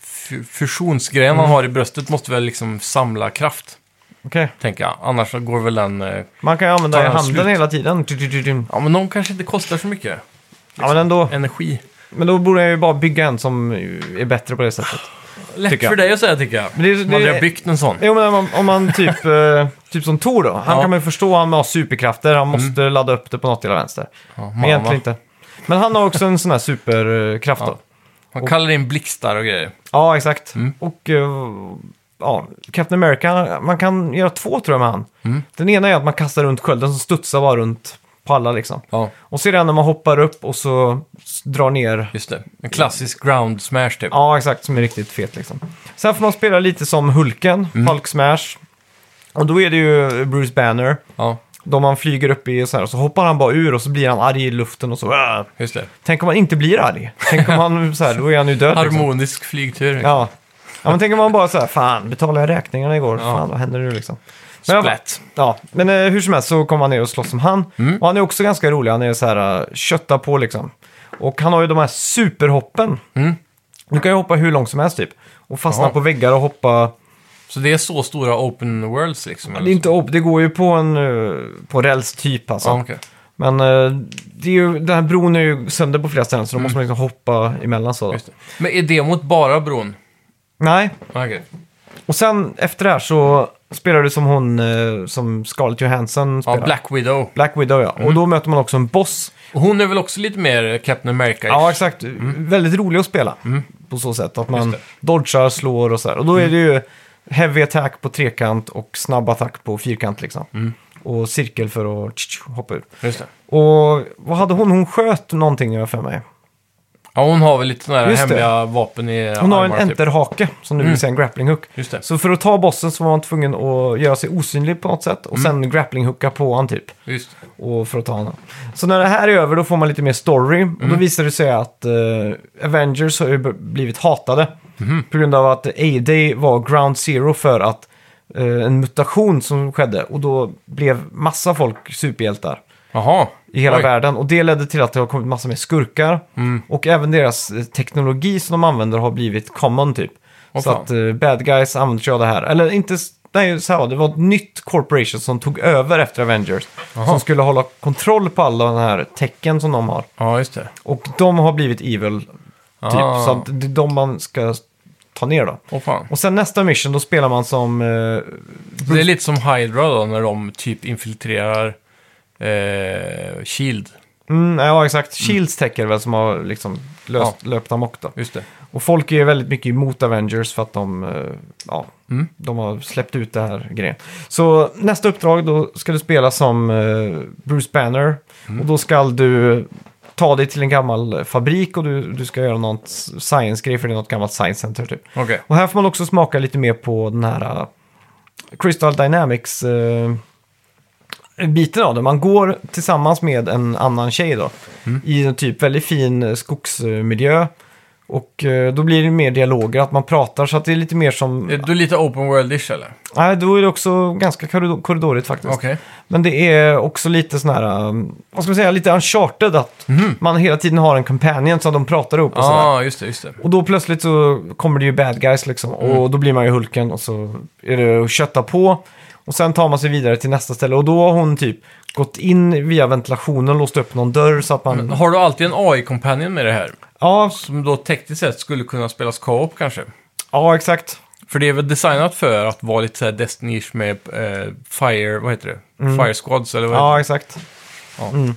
A: fu- Fusionsgrejen han har i bröstet måste väl liksom samla kraft,
B: Okej.
A: tänker jag. Annars så går väl den... eh,
B: Man kan ju använda
A: Tar
B: den i
A: han
B: handen
A: slut?
B: hela tiden. Du, du, du, du.
A: Ja, men de kanske inte kostar så mycket
B: Ja, men ändå.
A: energi.
B: Men då borde jag ju bara bygga en som är bättre på det sättet.
A: Lätt
B: Tycker jag.
A: för dig att säga, tycker jag.
B: Men det- det-
A: Om hade jag byggt en sån.
B: Jo, men om man, om man typ, eh, typ som Thor då. Han
A: Ja. Mm.
B: kan man ju förstå, han har superkrafter, han måste ladda upp det på något till vänster.
A: Ja,
B: Men egentligen
A: mamma.
B: inte. Men han har också en sån här superkraft då.
A: Han kallar in blixtar och grejer.
B: Ja, exakt. Och eh, ja, Captain America, man kan göra två tror jag med han. Den ena är att man kastar runt skölden som studsar bara runt på alla liksom.
A: Ja,
B: Och så är det en när man hoppar upp och så s- drar ner.
A: just det. En klassisk ground smash typ.
B: Ja, exakt, som är riktigt fet liksom. Sen får man spela lite som Hulken, Hulk Smash. Och då är det ju Bruce Banner.
A: Ja,
B: Då man flyger upp i så här och så hoppar han bara ur och så blir han arg i luften och så... "Åh!"
A: just det.
B: Tänk om han inte blir arg. Tänk om han så här, då är han ju död. Liksom.
A: Harmonisk flygtur.
B: Ja. ja, men tänk om han bara så här, fan, betalade jag räkningarna igår? Fan, vad händer nu liksom? Men jag-
A: Splat.
B: Ja, men eh, hur som helst så kommer han ner och slåss som han.
A: Mm.
B: Och han är också ganska rolig, han är så här, eh, kötta på liksom. Och han har ju de här superhoppen. Du kan ju hoppa hur långt som helst typ. Och fastna
A: Mm. Ja.
B: på väggar och hoppa.
A: Så det är så stora open worlds liksom?
B: Det är inte upp, det går ju på en eh, på räls typ alltså.
A: Ja, okej.
B: Men eh, det är ju, den här bron är ju sönder på flera ställen så då måste man liksom hoppa emellan så. då.
A: Mm. Just det. Men är det mot bara bron?
B: Nej,
A: Okej.
B: och sen efter det här så spelar du som hon eh, som Scarlett Johansson spelar.
A: Ja, Black Mm. Widow.
B: Black Widow ja. Och då möter man också en boss.
A: Och Hon är väl också lite mer Captain America?
B: Ja, exakt. Väldigt rolig att spela på så sätt. Att man
A: Mm. Just Mm.
B: dodgar, slår och så här. Och då är det ju heavy attack på trekant och snabb attack på fyrkant liksom.
A: Mm.
B: Och cirkel för att tsch, tsch, hoppa ut.
A: Just det.
B: Och vad hade hon? Hon sköt någonting jag har för mig.
A: Ja, hon har väl lite sådana här
B: Just det.
A: hemliga vapen i
B: Hon har en
A: armar, typ.
B: enterhake som nu vill säga en grappling hook.
A: Just det.
B: Så för att ta bossen så var man tvungen att göra sig osynlig på något sätt och
A: Mm.
B: sen grappling hooka på honom typ.
A: Just det.
B: Och för att ta honom. Så när det här är över då får man lite mer story. Och då visar det sig att eh, Avengers har ju b- blivit hatade. På grund av att A-Day var ground zero för att eh, en mutation som skedde. Och då blev massa folk superhjältar
A: Jaha.
B: i hela
A: Oj. Mm.
B: världen. Och det ledde till att det har kommit massor med skurkar. Och även deras eh, teknologi som de använder har blivit common typ.
A: Åh,
B: så
A: fan.
B: att eh, bad guys använder sig av det här. Eller inte, s- nej så här, var det Det var ett nytt corporation som tog över efter Avengers. Som skulle hålla kontroll på alla de här tecken som de har.
A: Ja, just det.
B: Och de har blivit evil typ.
A: Ah.
B: Så att det är de man ska ta ner då.
A: Åh fan.
B: Och sen nästa mission, då spelar man som... Eh,
A: Så det är lite som Hydra då, när de typ infiltrerar eh, Shield.
B: mm, ja, exakt. Shields täcker väl som har liksom löst, löpt amok då.
A: Just det.
B: Och folk är väldigt mycket emot Avengers för att de, eh, ja, de har släppt ut det här grejen. Så nästa uppdrag då ska du spela som eh, Bruce Banner och då ska du ta dig till en gammal fabrik och du, du ska göra något science-grej för det är något gammalt science center typ.
A: Okej.
B: Och här får man också smaka lite mer på den här eh, Crystal Dynamics eh, biten av det. Man går tillsammans med en annan tjej då.
A: Mm.
B: I en typ väldigt fin eh, skogsmiljö. Och eh, då blir det mer dialoger, att man pratar så att det är lite mer som...
A: Är Du är lite open world-ish eller?
B: Nej, då är det också ganska korridor- korridorigt faktiskt.
A: Okej.
B: Men det är också lite sån här, um, vad ska man säga, lite uncharted att
A: Mhm.
B: man hela tiden har en companion som de pratar ihop och
A: Ja,
B: sådär.
A: Ah, just det, just det.
B: Och då plötsligt så kommer det ju bad guys liksom. Och då blir man ju Hulken och så är det att kötta på. Och sen tar man sig vidare till nästa ställe och då har hon typ gått in via ventilationen, låst upp någon dörr så att man...
A: Har du alltid en AI-companion med det här?
B: Ja,
A: Som då tekniskt sett skulle kunna spelas co-op kanske?
B: ja, exakt.
A: För det är väl designat för att vara lite såhär destiny med eh, Fire, vad heter det? Fire Squads eller vad heter
B: Mm. Ja, exakt.
A: det? Ja.
B: Nej,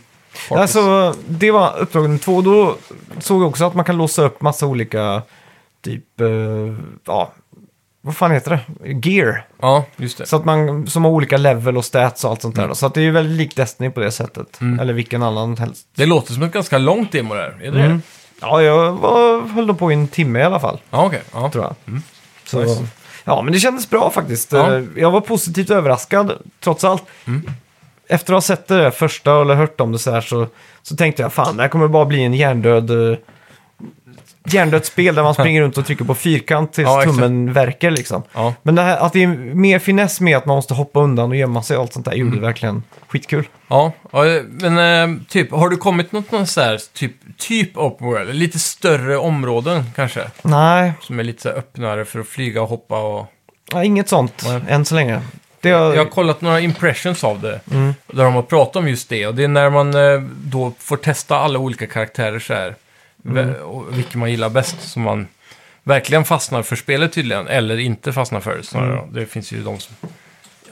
A: Parties.
B: Alltså, det var uppdrag nummer två. Då såg jag också att man kan låsa upp massa olika typ, eh, ja, vad fan heter det? Gear.
A: Ja, just det.
B: Så att man, som har olika level och stats och allt sånt där. då. Så att det är ju väldigt likt Destiny på det sättet. Eller vilken annan helst.
A: Det låter som ett ganska långt demo där. Är det det?
B: Mm. Ja, jag var, höll nog på i en timme i alla fall,
A: Ja, okej. Ja.
B: tror jag. Så,
A: Mm. Nice.
B: Ja, men det kändes bra faktiskt.
A: Ja. Mm.
B: Eh, Jag var positivt överraskad, trots allt. Efter att ha sett det där första eller hört om det så här så, så tänkte jag fan, det här kommer bara bli en hjärndöd... eh, Hjärndött spel där man springer runt och trycker på fyrkant tills
A: Ja, exakt.
B: tummen verkar liksom.
A: Ja.
B: Men det här, att det är mer finess med att man måste hoppa undan och gömma sig och allt sånt där gjorde
A: Mm.
B: det verkligen skitkul.
A: Ja, ja, men eh, typ, har du kommit något någon så här typ, typ open world? Lite större områden kanske?
B: Nej,
A: Som är lite så här öppnare för att flyga och hoppa och...
B: ja, inget sånt
A: Nej.
B: än så länge. Det har,
A: Jag har kollat några impressions av det. Där de har pratat om just det. Och det är när man eh, då får testa alla olika karaktärer så här. vä- Och vilken man gillar bäst. Som man verkligen fastnar för spelet tydligen. Eller inte fastnar för det snarare. då. Det finns ju de som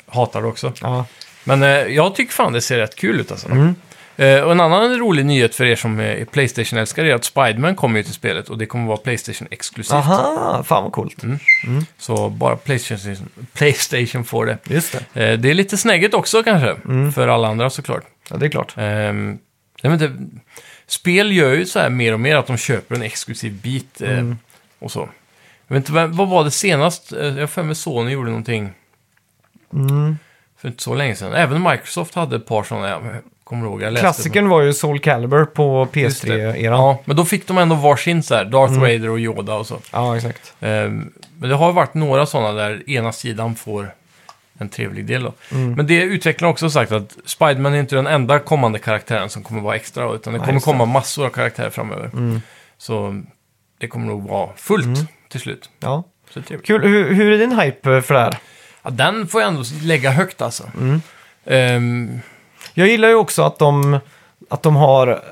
A: hatar det också.
B: ja.
A: Men eh, jag tycker fan det ser rätt kul ut alltså. Eh, och en annan rolig nyhet för er som är Playstation-älskare är att Spiderman kommer ju till spelet. Och det kommer vara Playstation-exklusivt.
B: Aha, fan vad coolt.
A: Så bara Playstation, Playstation får det.
B: Just det.
A: Eh, Det är lite snägget också kanske, för alla andra såklart.
B: Ja, det är klart.
A: Ehm, jag vet inte, spel gör ju så här mer och mer att de köper en exklusiv bit eh, och så. Jag vet inte, vem- vad var det senast? Eh, Jag har för mig Sony gjorde någonting för inte så länge sedan. Även Microsoft hade ett par sådana, jag kommer ihåg. Jag läste
B: Klassikern var ju Soul Calibur på
A: Just det.
B: PS3-eran. Ja.
A: Ja, men då fick de ändå varsin så här, Darth Vader och Yoda och så.
B: exakt.
A: Ehm, Men det har varit några sådana där ena sidan får en trevlig del då.
B: Mm.
A: Men det utvecklar också sagt att Spiderman är inte den enda kommande karaktären som kommer vara extra, utan det kommer
B: just det.
A: komma massor av karaktärer framöver.
B: Mm.
A: Så det kommer nog vara fullt till slut.
B: Ja.
A: Så det är trevligt.
B: Mm. Kul. Hur, hur är din hype för det här?
A: Ja, den får jag ändå lägga högt alltså.
B: Mm.
A: Ehm,
B: Jag gillar ju också att de, att de har...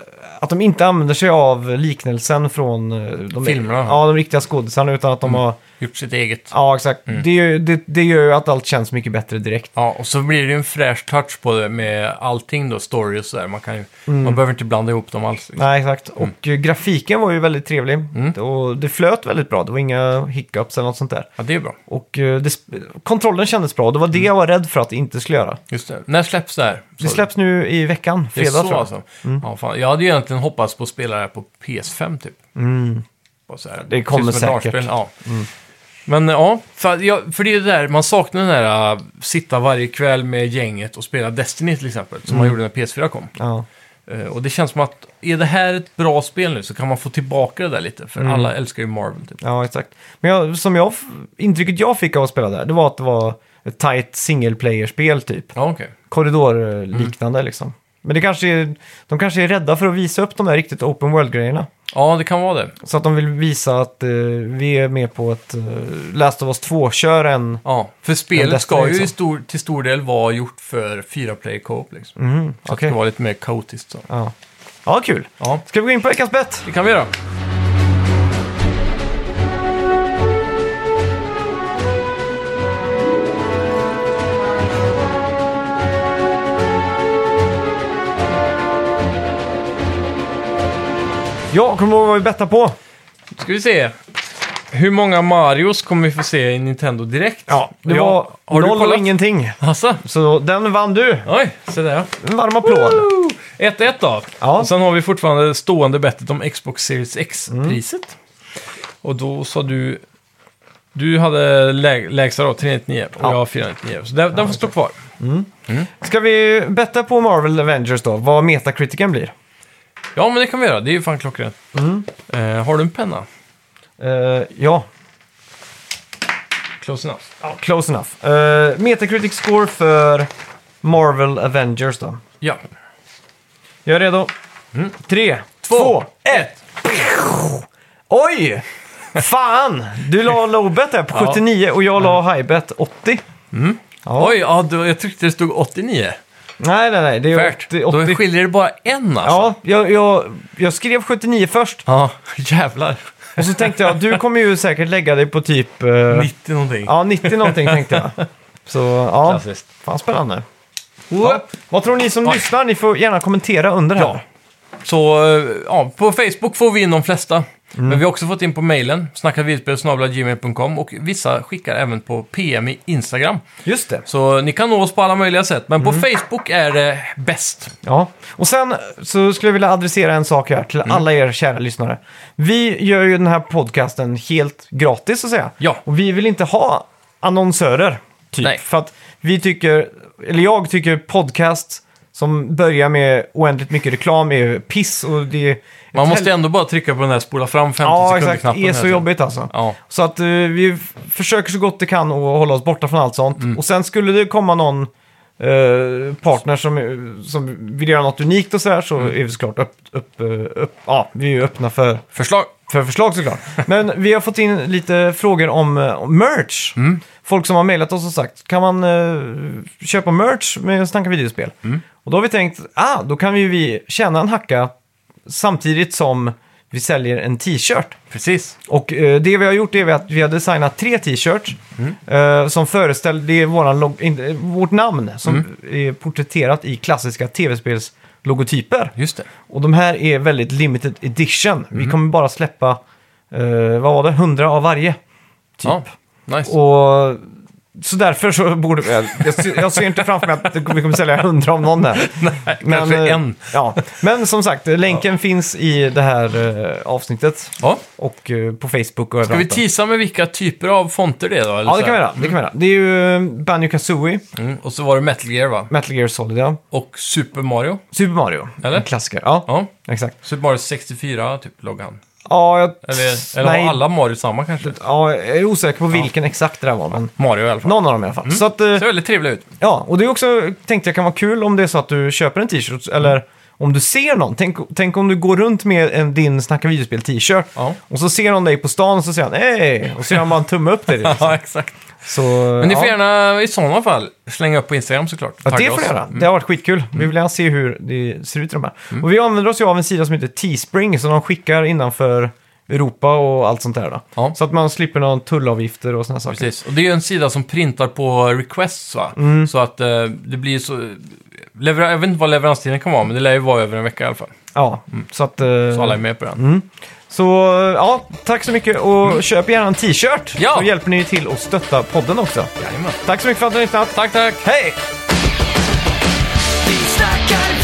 B: Att de inte använder sig av liknelsen från eh, de,
A: Filmerna.
B: Ja, de riktiga skådisarna, utan att de har...
A: gjort sitt eget.
B: Ja, exakt. Det, gör ju- det, det gör ju att allt känns mycket bättre direkt.
A: Ja, och så blir det ju en fräsch touch på det med allting då, story och sådär. Man, kan ju, man behöver inte blanda ihop dem alls. liksom.
B: Mm. Nej, exakt. Och eh, grafiken var ju väldigt trevlig. Och det flöt väldigt bra. Det var inga hiccups eller något sånt där.
A: Ja, det är bra.
B: Och eh, det, sp- kontrollen kändes bra. Det var det
A: Mm.
B: jag var rädd för att det inte skulle göra.
A: Just det. När släpps det här?
B: Det
A: Sa du?
B: släpps nu i veckan, fredag
A: det är så
B: tror jag. Mm.
A: alltså. Ja, fan. Jag hade ju egentligen hoppats på att spela det här på PS5 typ. Bara så här,
B: Mm. Det kommer
A: precis som ett
B: säkert. Mm.
A: dartspel, Ja. Men ja, för, ja, för det är det där, man saknar den där äh, sitta varje kväll med gänget och spela Destiny till exempel, som
B: Mm.
A: man gjorde när PS4 kom.
B: Ja.
A: Eh, och det känns som att är det här ett bra spel nu så kan man få tillbaka det där lite, för
B: Mm.
A: alla älskar ju Marvel typ.
B: Ja, exakt. Men jag, som jag, f- intrycket jag fick av att spela där, det var att det var ett tight single player-spel typ.
A: Ja, okej.
B: Korridorliknande
A: Mm.
B: liksom. Men det kanske är, de kanske är rädda för att visa upp de där riktigt open world-grejerna.
A: Ja, det kan vara det.
B: Så att de vill visa att eh, vi är med på ett eh, Last of Us 2-kör än...
A: Ja, för
B: Ja,
A: spelet
B: Destiny
A: ska ju
B: liksom.
A: i stor, till stor del vara gjort för fyra player co-op liksom.
B: Mm,
A: Så att det
B: okej.
A: ska vara lite mer kaotiskt så.
B: Ja. ja, kul.
A: Ja,
B: Ska vi gå in på veckans bett?
A: det kan vi göra.
B: Ja, kommer du ihåg vad vi bettade på?
A: ska vi se. Hur många Marios kommer vi få se i Nintendo direkt?
B: Ja, det
A: Ja.
B: var
A: Har du
B: noll och
A: kollat?
B: ingenting.
A: Alltså,
B: Så den vann du.
A: oj, se där ja.
B: En varm applåd.
A: Woo! 1-1 då.
B: Ja.
A: Och sen har vi fortfarande stående bettet om Xbox Series X-priset.
B: Mm.
A: Och då sa du... Du hade lä- lägsta då, 399 och
B: Ja.
A: jag har 499. Så den, den får stå kvar.
B: Ska vi betta på Marvel Avengers då? Vad metacritiken blir?
A: Ja, men det kan vi göra. Det är ju fan klockrent.
B: Mm.
A: Eh, har du en penna?
B: Eh, ja,
A: Close enough.
B: Ja, close enough. Eh, Metacritic score för Marvel Avengers då.
A: Ja.
B: Jag är redo.
A: Mm.
B: Tre, två, ett! Oj! Fan! Du la low bet här på
A: Ja. Mm.
B: 79 och jag la high bet 80. Ja.
A: Oj, ja, du, jag tyckte det stod 89.
B: Nej, nej, nej. Det är
A: Värt.
B: 80.
A: Då
B: 80.
A: skiljer det bara en alltså.
B: Ja, jag, jag, jag skrev 79 först
A: Ja, jävlar.
B: och så tänkte jag du kommer ju säkert lägga dig på typ... eh,
A: 90 någonting.
B: ja, 90 någonting tänkte jag. Så ja,
A: Klassiskt.
B: fan spännande. Ja. Vad tror ni som
A: Oj.
B: lyssnar? Ni får gärna kommentera under här.
A: Ja. Så eh, ja, på Facebook får vi in de flesta.
B: Mm.
A: Men vi har också fått in på mejlen, snackavilspel.gmail.com och vissa skickar även på PM i Instagram.
B: Just det.
A: Så ni kan nå oss på alla möjliga sätt, men
B: Mm.
A: på Facebook är det bäst.
B: Ja. Och sen så skulle jag vilja adressera en sak här
A: Mm.
B: till alla er kära lyssnare. Vi gör ju den här podcasten helt gratis så att säga.
A: Ja.
B: Och vi vill inte ha annonsörer. Typ.
A: Nej.
B: För att vi tycker, eller jag tycker podcast som börjar med oändligt mycket reklam är ju piss och det är...
A: Man måste ändå bara trycka på den här spola fram 50
B: Ja, exakt.
A: sekunder-knappen.
B: Det är
A: här,
B: så jobbigt alltså.
A: Ja.
B: Så att eh, vi f- försöker så gott det kan att hålla oss borta från allt sånt. Och sen skulle det komma någon eh, partner som, eh, som vill göra något unikt och sådär så är vi såklart upp, upp, eh, upp, ja, vi är ju öppna för,
A: Förslag?
B: för förslag såklart. Men vi har fått in lite frågor om, eh, om merch. Folk som har mejlat oss och sagt, kan man eh, köpa merch med Snacka videospel? Och då har vi tänkt, ah, då kan ju vi tjäna en hacka samtidigt som vi säljer en t-shirt.
A: Precis.
B: Och eh, det vi har gjort är att vi har designat tre t-shirts
A: Mm.
B: eh, som föreställer, det är våran log- in, eh, vårt namn som
A: Mm.
B: är porträtterat i klassiska tv-spelslogotyper.
A: Just det.
B: Och de här är väldigt limited edition.
A: Mm.
B: Vi kommer bara släppa, eh, vad var det, 100 av varje.
A: Ja, nice.
B: Typ. Och så därför så borde vi... Jag, ser- jag ser inte framför mig att det- vi kommer sälja hundra av någon här. Nej,
A: kanske
B: eh,
A: en.
B: Ja. Men som sagt, länken finns i det här eh, avsnittet.
A: Ja.
B: Och eh, på Facebook och
A: Ska vi
B: överallt. där.
A: tisa med vilka typer av fonter det är då? Eller
B: Ja,
A: så
B: det kan vi
A: här?
B: göra. Det, kan vi göra. det är ju eh, Banjo Kazooie,
A: Mm. Och så var det Metal Gear va?
B: Metal Gear Solid, ja.
A: Och Super Mario?
B: Super Mario.
A: Eller?
B: En klassiker. Ja,
A: Ja.
B: exakt.
A: Super Mario 64 typ loggar han.
B: Ja, jag...
A: Eller, eller
B: nej.
A: har alla Mario samma kanske?
B: Ja, jag är osäker på vilken exakt det där var, men
A: Mario i alla fall.
B: någon av dem i alla fall.
A: Mm.
B: Så att, eh,
A: Ser väldigt trevlig ut.
B: Ja, och det är också, tänkte jag kan vara kul om det är så att du köper en t-shirt eller om du ser någon. Tänk, tänk om du går runt med en, din Snacka videospel t-shirt
A: Ja.
B: och så ser någon dig på stan och så säger han hej! Och så gör han bara en tumme upp till dig.
A: Ja, exakt.
B: Så,
A: Liksom. Men ni får
B: ja.
A: gärna i sådana fall slänga upp på Instagram såklart.
B: Ja, det
A: Tagga
B: får
A: oss. Mm.
B: ni göra. Det har varit skitkul. Vi vill gärna se hur det ser ut i de här. Och vi använder oss ju av en sida som heter Teespring som de skickar innanför Europa och allt sånt där. Då.
A: Ja.
B: Så att man slipper någon tullavgifter och sådana saker.
A: Precis. Och det är ju en sida som printar på requests va?
B: Mm.
A: Så att eh, det blir så... Lever... Jag vet inte vad leveranstiden kan vara, men det lär ju vara över en vecka i alla fall.
B: Ja, så att... eh,
A: Mm. Så alla är med på den.
B: Så ja, tack så mycket och köp gärna en t-shirt.
A: Mm. Ja.
B: Så hjälper ni till att stötta podden också.
A: Jajamän.
B: Tack så mycket för att ni har lyssnat.
A: Tack, tack!
B: Hej!
C: Vi snackar